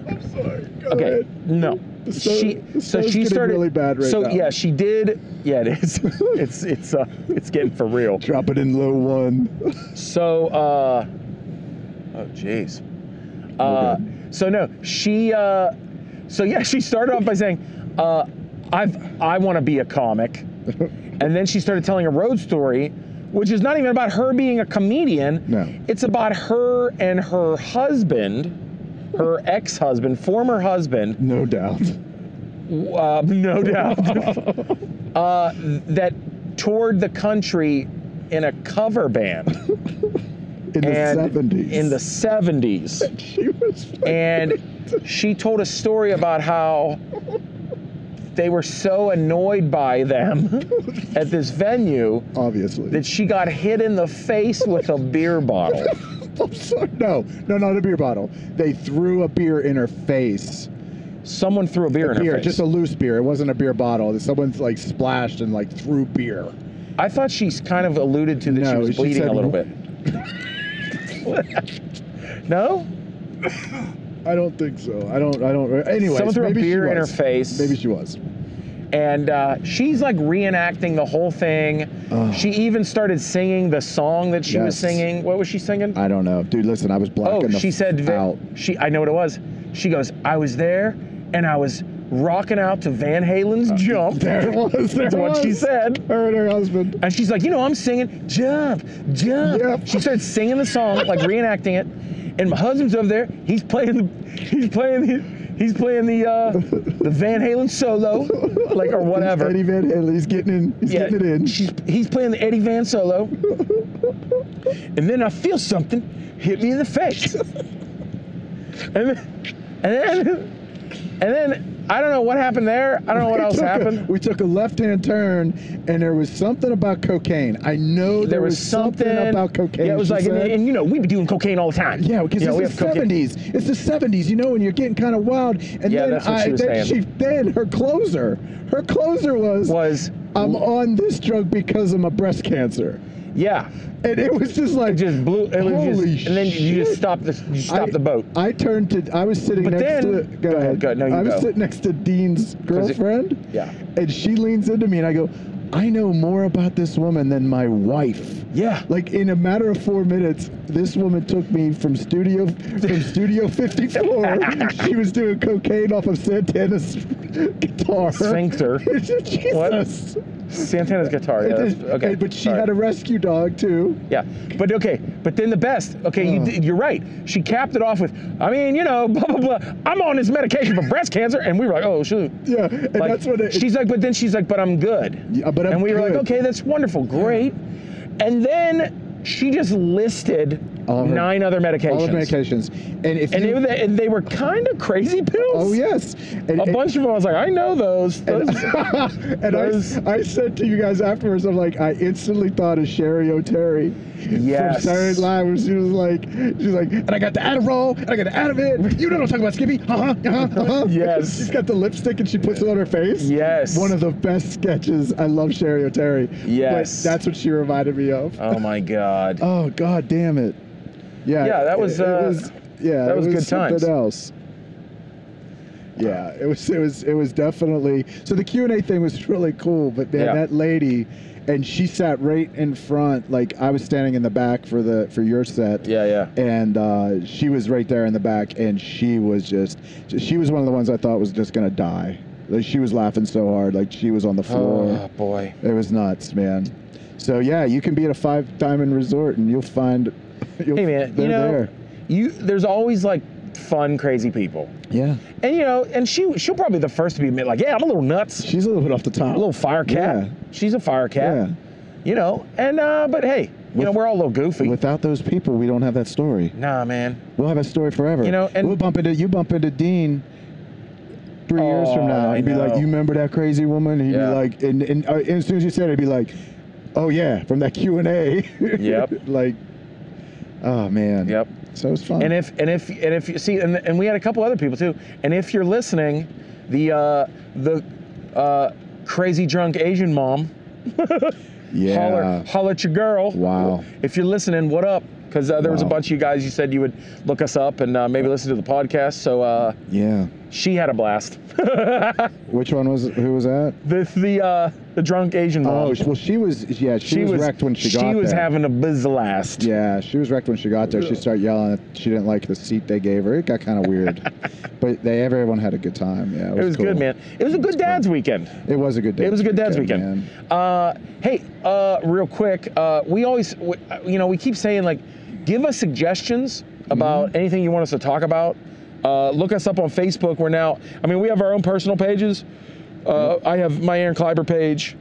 Speaker 3: I'm sorry. Go
Speaker 2: Okay,
Speaker 3: ahead.
Speaker 2: no.
Speaker 3: The snow-
Speaker 2: She
Speaker 3: the
Speaker 2: so
Speaker 3: snow's
Speaker 2: she
Speaker 3: getting
Speaker 2: started
Speaker 3: really bad right
Speaker 2: So
Speaker 3: now.
Speaker 2: yeah, she did. Yeah, it is. It's it's uh it's getting for real.
Speaker 3: Drop it in low one.
Speaker 2: So, uh, oh, jeez. Uh, so no, she, uh, So yeah, she started off by saying, uh, "I've I want to be a comic," and then she started telling a road story, which is not even about her being a comedian.
Speaker 3: No.
Speaker 2: it's about her and her husband, her ex-husband, former husband.
Speaker 3: No doubt.
Speaker 2: Uh, no doubt. uh, that toured the country in a cover band
Speaker 3: In the
Speaker 2: and
Speaker 3: 70s.
Speaker 2: in the 70s
Speaker 3: She was like,
Speaker 2: and she told a story about how they were so annoyed by them at this venue
Speaker 3: obviously.
Speaker 2: that she got hit in the face with a beer bottle.
Speaker 3: I'm sorry. No, no, not a beer bottle. They threw a beer in her face.
Speaker 2: Someone threw a beer in
Speaker 3: beer,
Speaker 2: her face.
Speaker 3: just a loose beer. It wasn't a beer bottle. Someone's like splashed and like threw beer.
Speaker 2: I thought she's kind of alluded to that she
Speaker 3: No,
Speaker 2: was
Speaker 3: she
Speaker 2: bleeding
Speaker 3: said-
Speaker 2: a little bit. no?
Speaker 3: I don't think so. I don't. I don't. Anyway,
Speaker 2: Someone threw a
Speaker 3: maybe she
Speaker 2: beer in her
Speaker 3: was.
Speaker 2: face.
Speaker 3: Maybe she was.
Speaker 2: and uh, she's like reenacting the whole thing.
Speaker 3: Ugh.
Speaker 2: She even started singing the song that she was
Speaker 3: Oh. Yes.
Speaker 2: singing. What was she singing?
Speaker 3: I don't know, dude. Listen, I was blacking
Speaker 2: oh,
Speaker 3: the
Speaker 2: she said
Speaker 3: f-
Speaker 2: Va-
Speaker 3: out.
Speaker 2: she. I know what it was. She goes, I was there, and I was rocking out to Van Halen's "Jump."
Speaker 3: Uh, There it was. There
Speaker 2: That's
Speaker 3: it
Speaker 2: what
Speaker 3: was.
Speaker 2: she said.
Speaker 3: Her and her husband.
Speaker 2: And she's like, you know, I'm singing "Jump, Jump."
Speaker 3: Yep.
Speaker 2: She started singing the song, like reenacting it. And my husband's over there. He's playing the. He's playing the. He's playing the uh, the Van Halen solo, like or whatever.
Speaker 3: Eddie Van Halen. He's getting in. He's
Speaker 2: Yeah,
Speaker 3: getting it in.
Speaker 2: She's, he's playing the Eddie Van solo. and then I feel something hit me in the face. and then, and then, and then I don't know what happened there. I don't know what
Speaker 3: We
Speaker 2: else
Speaker 3: took a-
Speaker 2: happened.
Speaker 3: we took a left-hand turn, and there was something about cocaine. I know there,
Speaker 2: There was something,
Speaker 3: about cocaine.
Speaker 2: Yeah, it was
Speaker 3: she
Speaker 2: like, and,
Speaker 3: said.
Speaker 2: and, you know, we be doing cocaine all the time.
Speaker 3: Yeah, because
Speaker 2: we
Speaker 3: it's the
Speaker 2: have cocaine.
Speaker 3: seventies. It's the seventies, you know, when you're getting kind of wild. And
Speaker 2: Yeah,
Speaker 3: then
Speaker 2: that's what
Speaker 3: I,
Speaker 2: she was
Speaker 3: then
Speaker 2: saying.
Speaker 3: she, then her closer, her closer was,
Speaker 2: Was
Speaker 3: I'm on this drug because I'm a breast cancer,
Speaker 2: yeah,
Speaker 3: and it was just like
Speaker 2: it just blew. It was
Speaker 3: Holy
Speaker 2: just, and then you just
Speaker 3: shit.
Speaker 2: stopped the you stopped
Speaker 3: I-
Speaker 2: the boat.
Speaker 3: I turned to, I was sitting
Speaker 2: But
Speaker 3: next
Speaker 2: then-
Speaker 3: to,
Speaker 2: go ahead, go- no, you
Speaker 3: I was
Speaker 2: go.
Speaker 3: sitting next to Dean's
Speaker 2: 'Cause it-
Speaker 3: girlfriend.
Speaker 2: Yeah.
Speaker 3: and she leans into me, and I go, I know more about this woman than my wife.
Speaker 2: Yeah.
Speaker 3: Like in a matter of four minutes, this woman took me from studio from Studio 54. she was doing cocaine off of Santana's guitar.
Speaker 2: Sphincter.
Speaker 3: Jesus.
Speaker 2: Santana's guitar. Yeah, that's, okay.
Speaker 3: And- But she
Speaker 2: sorry.
Speaker 3: had a rescue dog too.
Speaker 2: Yeah, but okay, but then the best. Okay, you
Speaker 3: Ugh.
Speaker 2: you, you're right. She capped it off with, I mean, you know, blah blah blah. I'm on this medication for breast cancer, and we were like, oh shoot.
Speaker 3: Yeah, and
Speaker 2: Like,
Speaker 3: that's what it,
Speaker 2: she's like, but then she's like, but I'm good.
Speaker 3: Yeah, but I'm
Speaker 2: and we were like,
Speaker 3: good.
Speaker 2: okay, that's wonderful, great. And then she just listed
Speaker 3: All her-
Speaker 2: nine other medications.
Speaker 3: all of medications. And if
Speaker 2: And
Speaker 3: you,
Speaker 2: they, were- and they were kind of crazy pills.
Speaker 3: oh yes, and,
Speaker 2: A
Speaker 3: and-
Speaker 2: bunch of them. I was like, I know those. those
Speaker 3: and
Speaker 2: Those-
Speaker 3: I, I said to you guys afterwards, I'm like, I instantly thought of Sherry O'Terry
Speaker 2: Yes.
Speaker 3: from Saturday Night Live, where she was like, she's like, and I got the Adderall, and I got the Ativan. You know what I'm talking about, Skippy? Uh huh. Uh huh. Uh-huh.
Speaker 2: Yes.
Speaker 3: She's got the lipstick and she puts it on her face.
Speaker 2: Yes.
Speaker 3: One of the best sketches. I love Sherry O'Terry.
Speaker 2: Yes.
Speaker 3: But that's what she reminded me of.
Speaker 2: oh my god.
Speaker 3: oh God, damn it. Yeah.
Speaker 2: Yeah, that was,
Speaker 3: It, it
Speaker 2: uh,
Speaker 3: was yeah.
Speaker 2: that
Speaker 3: it
Speaker 2: was good
Speaker 3: something
Speaker 2: times.
Speaker 3: else. Yeah, it was it was it was definitely so the Q and A thing was really cool, but man,
Speaker 2: Yeah.
Speaker 3: that lady and she sat right in front, like I was standing in the back for the for your set.
Speaker 2: yeah, yeah.
Speaker 3: And uh, she was right there in the back, and she was just she was one of the ones I thought was just gonna die. Like she was laughing so hard, like she was on the floor.
Speaker 2: Oh boy.
Speaker 3: It was nuts, man. So yeah, you can be at a five diamond resort and you'll find you'll,
Speaker 2: Hey man,
Speaker 3: they're
Speaker 2: you know,
Speaker 3: there.
Speaker 2: you there's always like fun, crazy people,
Speaker 3: Yeah.
Speaker 2: and you know, and she she'll probably be the first to be admit like, yeah, I'm a little nuts,
Speaker 3: She's a little bit off the top.
Speaker 2: a little fire cat.
Speaker 3: Yeah.
Speaker 2: She's a fire cat,
Speaker 3: Yeah.
Speaker 2: you know, and uh, but hey, you know, we're all a little goofy.
Speaker 3: Without those people, we don't have that story.
Speaker 2: nah, man.
Speaker 3: We'll have that story forever.
Speaker 2: You know, and-
Speaker 3: we'll bump into you bump into Dean three years from
Speaker 2: Oh,
Speaker 3: now
Speaker 2: I
Speaker 3: and be like,
Speaker 2: know.
Speaker 3: "You remember that crazy woman?" And he'd
Speaker 2: Yeah.
Speaker 3: be like, and, and, uh, and as soon as you said it, he'd be like, "Oh yeah, from that Q and A."
Speaker 2: Yep.
Speaker 3: like, oh man.
Speaker 2: Yep.
Speaker 3: So it's fun.
Speaker 2: And if and if and if you see, and, and we had a couple other people too. And if you're listening, the uh, the uh, crazy drunk Asian mom,
Speaker 3: yeah.
Speaker 2: holler holler at your girl.
Speaker 3: Wow.
Speaker 2: If you're listening, what up? Because uh, there was a
Speaker 3: Wow.
Speaker 2: bunch of you guys. You said you would look us up and uh, maybe listen to the podcast. So. Uh,
Speaker 3: Yeah.
Speaker 2: She had a blast.
Speaker 3: Which one was who was that?
Speaker 2: the the uh, the drunk Asian mom.
Speaker 3: Oh, sh- well, she was. Yeah, she, was, wrecked when she,
Speaker 2: she
Speaker 3: got
Speaker 2: was
Speaker 3: there.
Speaker 2: having a bizzlast.
Speaker 3: Yeah, she was wrecked when she got there. She started yelling. that She didn't like the seat they gave her. It got kind of weird, but they everyone had a good time. Yeah, it was,
Speaker 2: It was
Speaker 3: cool.
Speaker 2: good, man. It was a good dad's weekend.
Speaker 3: It was a good day.
Speaker 2: It was a good dad's weekend. Uh, hey, uh, real quick, uh, we always, w- uh, you know, we keep saying like, give us suggestions about anything you want us to talk about. Uh, look us up on Facebook. We're now, I mean, we have our own personal pages. Uh, I have my Aaron Kleiber page.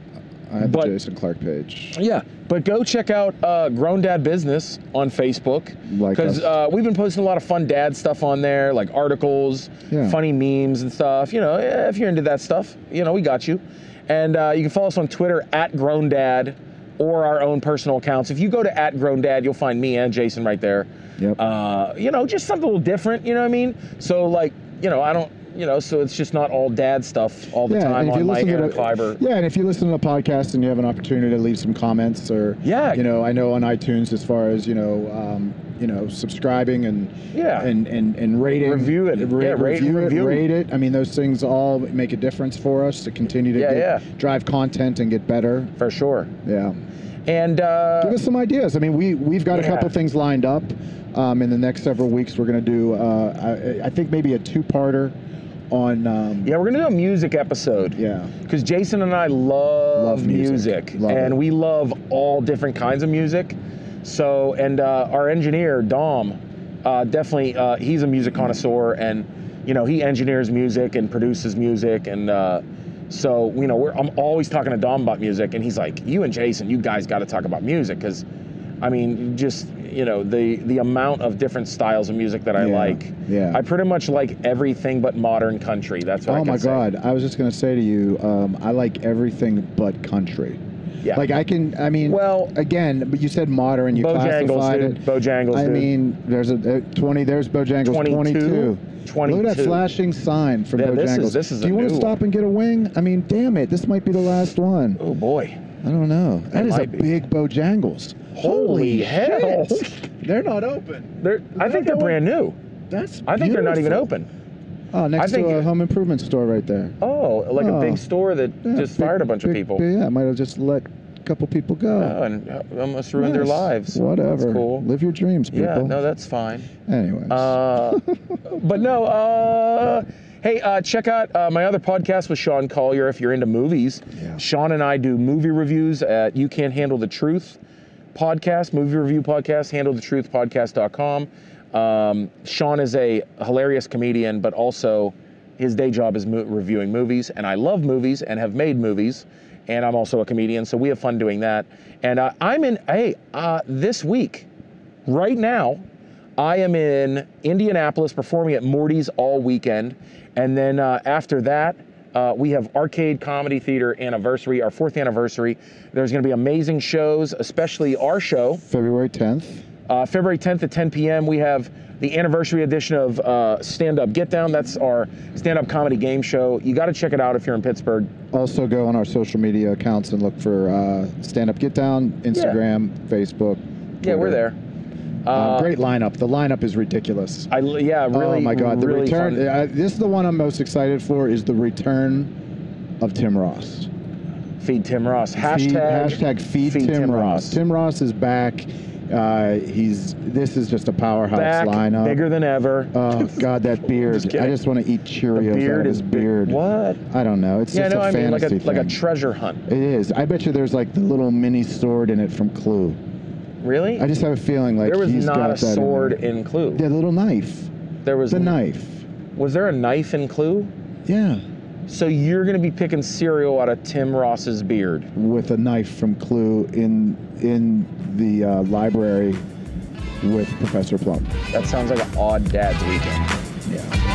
Speaker 3: I have
Speaker 2: But-
Speaker 3: the Jason Clark page.
Speaker 2: Yeah, but go check out uh, Grown Dad Business on Facebook
Speaker 3: Like
Speaker 2: because
Speaker 3: us.
Speaker 2: uh, we've been posting a lot of fun dad stuff on there, like articles,
Speaker 3: Yeah.
Speaker 2: funny memes and stuff. You know, eh, if you're into that stuff, you know, we got you. And uh, you can follow us on Twitter at Grown Dad or our own personal accounts. If you go to at Grown Dad, you'll find me and Jason right there.
Speaker 3: Yep.
Speaker 2: Uh, you know, just something a little different. You know what I mean? So like, you know, I don't. You know, so it's just not all dad stuff all the time on my Aaron
Speaker 3: the-
Speaker 2: Kleiber.
Speaker 3: yeah, and if you listen to the podcast and you have an opportunity to leave some comments or
Speaker 2: Yeah.
Speaker 3: you know, I know on iTunes as far as you know, um, you know, subscribing and
Speaker 2: Yeah.
Speaker 3: and and and rating,
Speaker 2: Review it. Yeah, rate-
Speaker 3: review,
Speaker 2: review.
Speaker 3: it, rate it. I mean, those things all make a difference for us to continue to
Speaker 2: Yeah,
Speaker 3: get,
Speaker 2: yeah.
Speaker 3: drive content and get better.
Speaker 2: For sure.
Speaker 3: Yeah,
Speaker 2: And uh,
Speaker 3: give us some ideas. I mean, we we've got
Speaker 2: Yeah.
Speaker 3: a couple things lined up. Um, in the next several weeks, we're going to do, uh, I, I think, maybe a two-parter on. Um,
Speaker 2: yeah, we're gonna do a music episode
Speaker 3: Yeah.
Speaker 2: because Jason and I love,
Speaker 3: Love music.
Speaker 2: music,
Speaker 3: Love
Speaker 2: and
Speaker 3: it.
Speaker 2: we love all different kinds of music. So, and uh, our engineer Dom, uh, definitely, uh, he's a music connoisseur, and you know he engineers music and produces music, and uh, so you know we're, I'm always talking to Dom about music, and he's like, "You and Jason, you guys got to talk about music," because, I mean, just you know the the amount of different styles of music that I
Speaker 3: Yeah,
Speaker 2: like.
Speaker 3: yeah.
Speaker 2: I pretty much like everything but modern country. That's what I
Speaker 3: Oh
Speaker 2: can
Speaker 3: my
Speaker 2: say.
Speaker 3: God! I was just gonna say to you, um, I like everything but country.
Speaker 2: Yeah.
Speaker 3: Like I can, I mean,
Speaker 2: Well-
Speaker 3: again, but you said modern, you
Speaker 2: Bojangles,
Speaker 3: classified
Speaker 2: dude.
Speaker 3: it.
Speaker 2: Bojangles,
Speaker 3: I
Speaker 2: dude.
Speaker 3: mean, there's a uh, twenty. There's Bojangles
Speaker 2: 22.
Speaker 3: 22. Look at
Speaker 2: 22.
Speaker 3: that flashing sign from
Speaker 2: Yeah,
Speaker 3: Bojangles.
Speaker 2: this is- this is
Speaker 3: Do
Speaker 2: a
Speaker 3: you want
Speaker 2: new
Speaker 3: to stop and get a wing? I mean, damn it, this might be the last one.
Speaker 2: Oh boy.
Speaker 3: I don't know.
Speaker 2: It
Speaker 3: That is a
Speaker 2: might be.
Speaker 3: big Bojangles.
Speaker 2: Holy hell.
Speaker 3: shit. They're not open.
Speaker 2: They're, I think they're brand new.
Speaker 3: That's.
Speaker 2: I think they're not even
Speaker 3: beautiful.
Speaker 2: open.
Speaker 3: Oh, next
Speaker 2: think-
Speaker 3: to a home improvement store right there.
Speaker 2: Oh, like a
Speaker 3: Oh.
Speaker 2: big store that
Speaker 3: Yeah,
Speaker 2: just
Speaker 3: big-
Speaker 2: fired a bunch of
Speaker 3: big-
Speaker 2: people.
Speaker 3: Yeah, I might have just let a couple people go.
Speaker 2: Oh, and almost ruined their
Speaker 3: Nice.
Speaker 2: lives.
Speaker 3: Whatever.
Speaker 2: That's cool.
Speaker 3: Live your dreams, people.
Speaker 2: yeah, no, that's fine.
Speaker 3: Anyways.
Speaker 2: Uh, but no, uh, hey, uh, check out uh, my other podcast with Sean Collier if you're into movies.
Speaker 3: Yeah.
Speaker 2: Sean and I do movie reviews at You Can't Handle the Truth podcast, movie review podcast, handlethetruthpodcast.com. Um, Sean is a hilarious comedian, but also his day job is mo- reviewing movies, and I love movies and have made movies. And I'm also a comedian, so we have fun doing that. And uh, I'm in, hey, uh, this week, Right now, I am in Indianapolis performing at Morty's all weekend. And then uh, after that, uh, we have Arcade Comedy Theater anniversary, our fourth anniversary. There's going to be amazing shows, especially our show.
Speaker 3: February 10th.
Speaker 2: Uh, February 10th at 10 p.m., we have the anniversary edition of uh, Stand Up Get Down. That's our stand up comedy game show. You got to check it out if you're in Pittsburgh.
Speaker 3: Also, go on our social media accounts and look for uh, Stand Up Get Down, Instagram, Facebook.
Speaker 2: Yeah, we're
Speaker 3: Twitter.
Speaker 2: there.
Speaker 3: Uh,
Speaker 2: Uh,
Speaker 3: great lineup. The lineup is ridiculous.
Speaker 2: I, yeah, really.
Speaker 3: oh my God! The
Speaker 2: really
Speaker 3: return.
Speaker 2: fun.
Speaker 3: Uh, this is the one I'm most excited for. Is the return of Tim Ross.
Speaker 2: Feed Tim Ross.
Speaker 3: Feed-
Speaker 2: Hashtag,
Speaker 3: hashtag feed, Tim, Ross. Tim Ross is back. Uh, he's this is just a powerhouse
Speaker 2: back,
Speaker 3: lineup.
Speaker 2: bigger than ever.
Speaker 3: Oh God, that beard!
Speaker 2: kidding.
Speaker 3: I just want to eat Cheerios out of his
Speaker 2: big-
Speaker 3: beard.
Speaker 2: What?
Speaker 3: I don't know. It's
Speaker 2: yeah,
Speaker 3: just
Speaker 2: no,
Speaker 3: a
Speaker 2: I mean like a
Speaker 3: fantasy
Speaker 2: like a
Speaker 3: thing.
Speaker 2: treasure hunt.
Speaker 3: it is. I bet you there's like the little mini sword in it from Clue.
Speaker 2: Really?
Speaker 3: I just have a feeling like
Speaker 2: there was
Speaker 3: he's got
Speaker 2: not a
Speaker 3: that in
Speaker 2: sword
Speaker 3: there.
Speaker 2: in Clue.
Speaker 3: Yeah, the little knife.
Speaker 2: There was
Speaker 3: The knife.
Speaker 2: Was there a knife in Clue?
Speaker 3: Yeah,
Speaker 2: So you're gonna be picking cereal out of Tim Ross's beard.
Speaker 3: with a knife from Clue in in the uh, library with Professor Plum.
Speaker 2: That sounds like an odd dad's weekend.
Speaker 3: Yeah.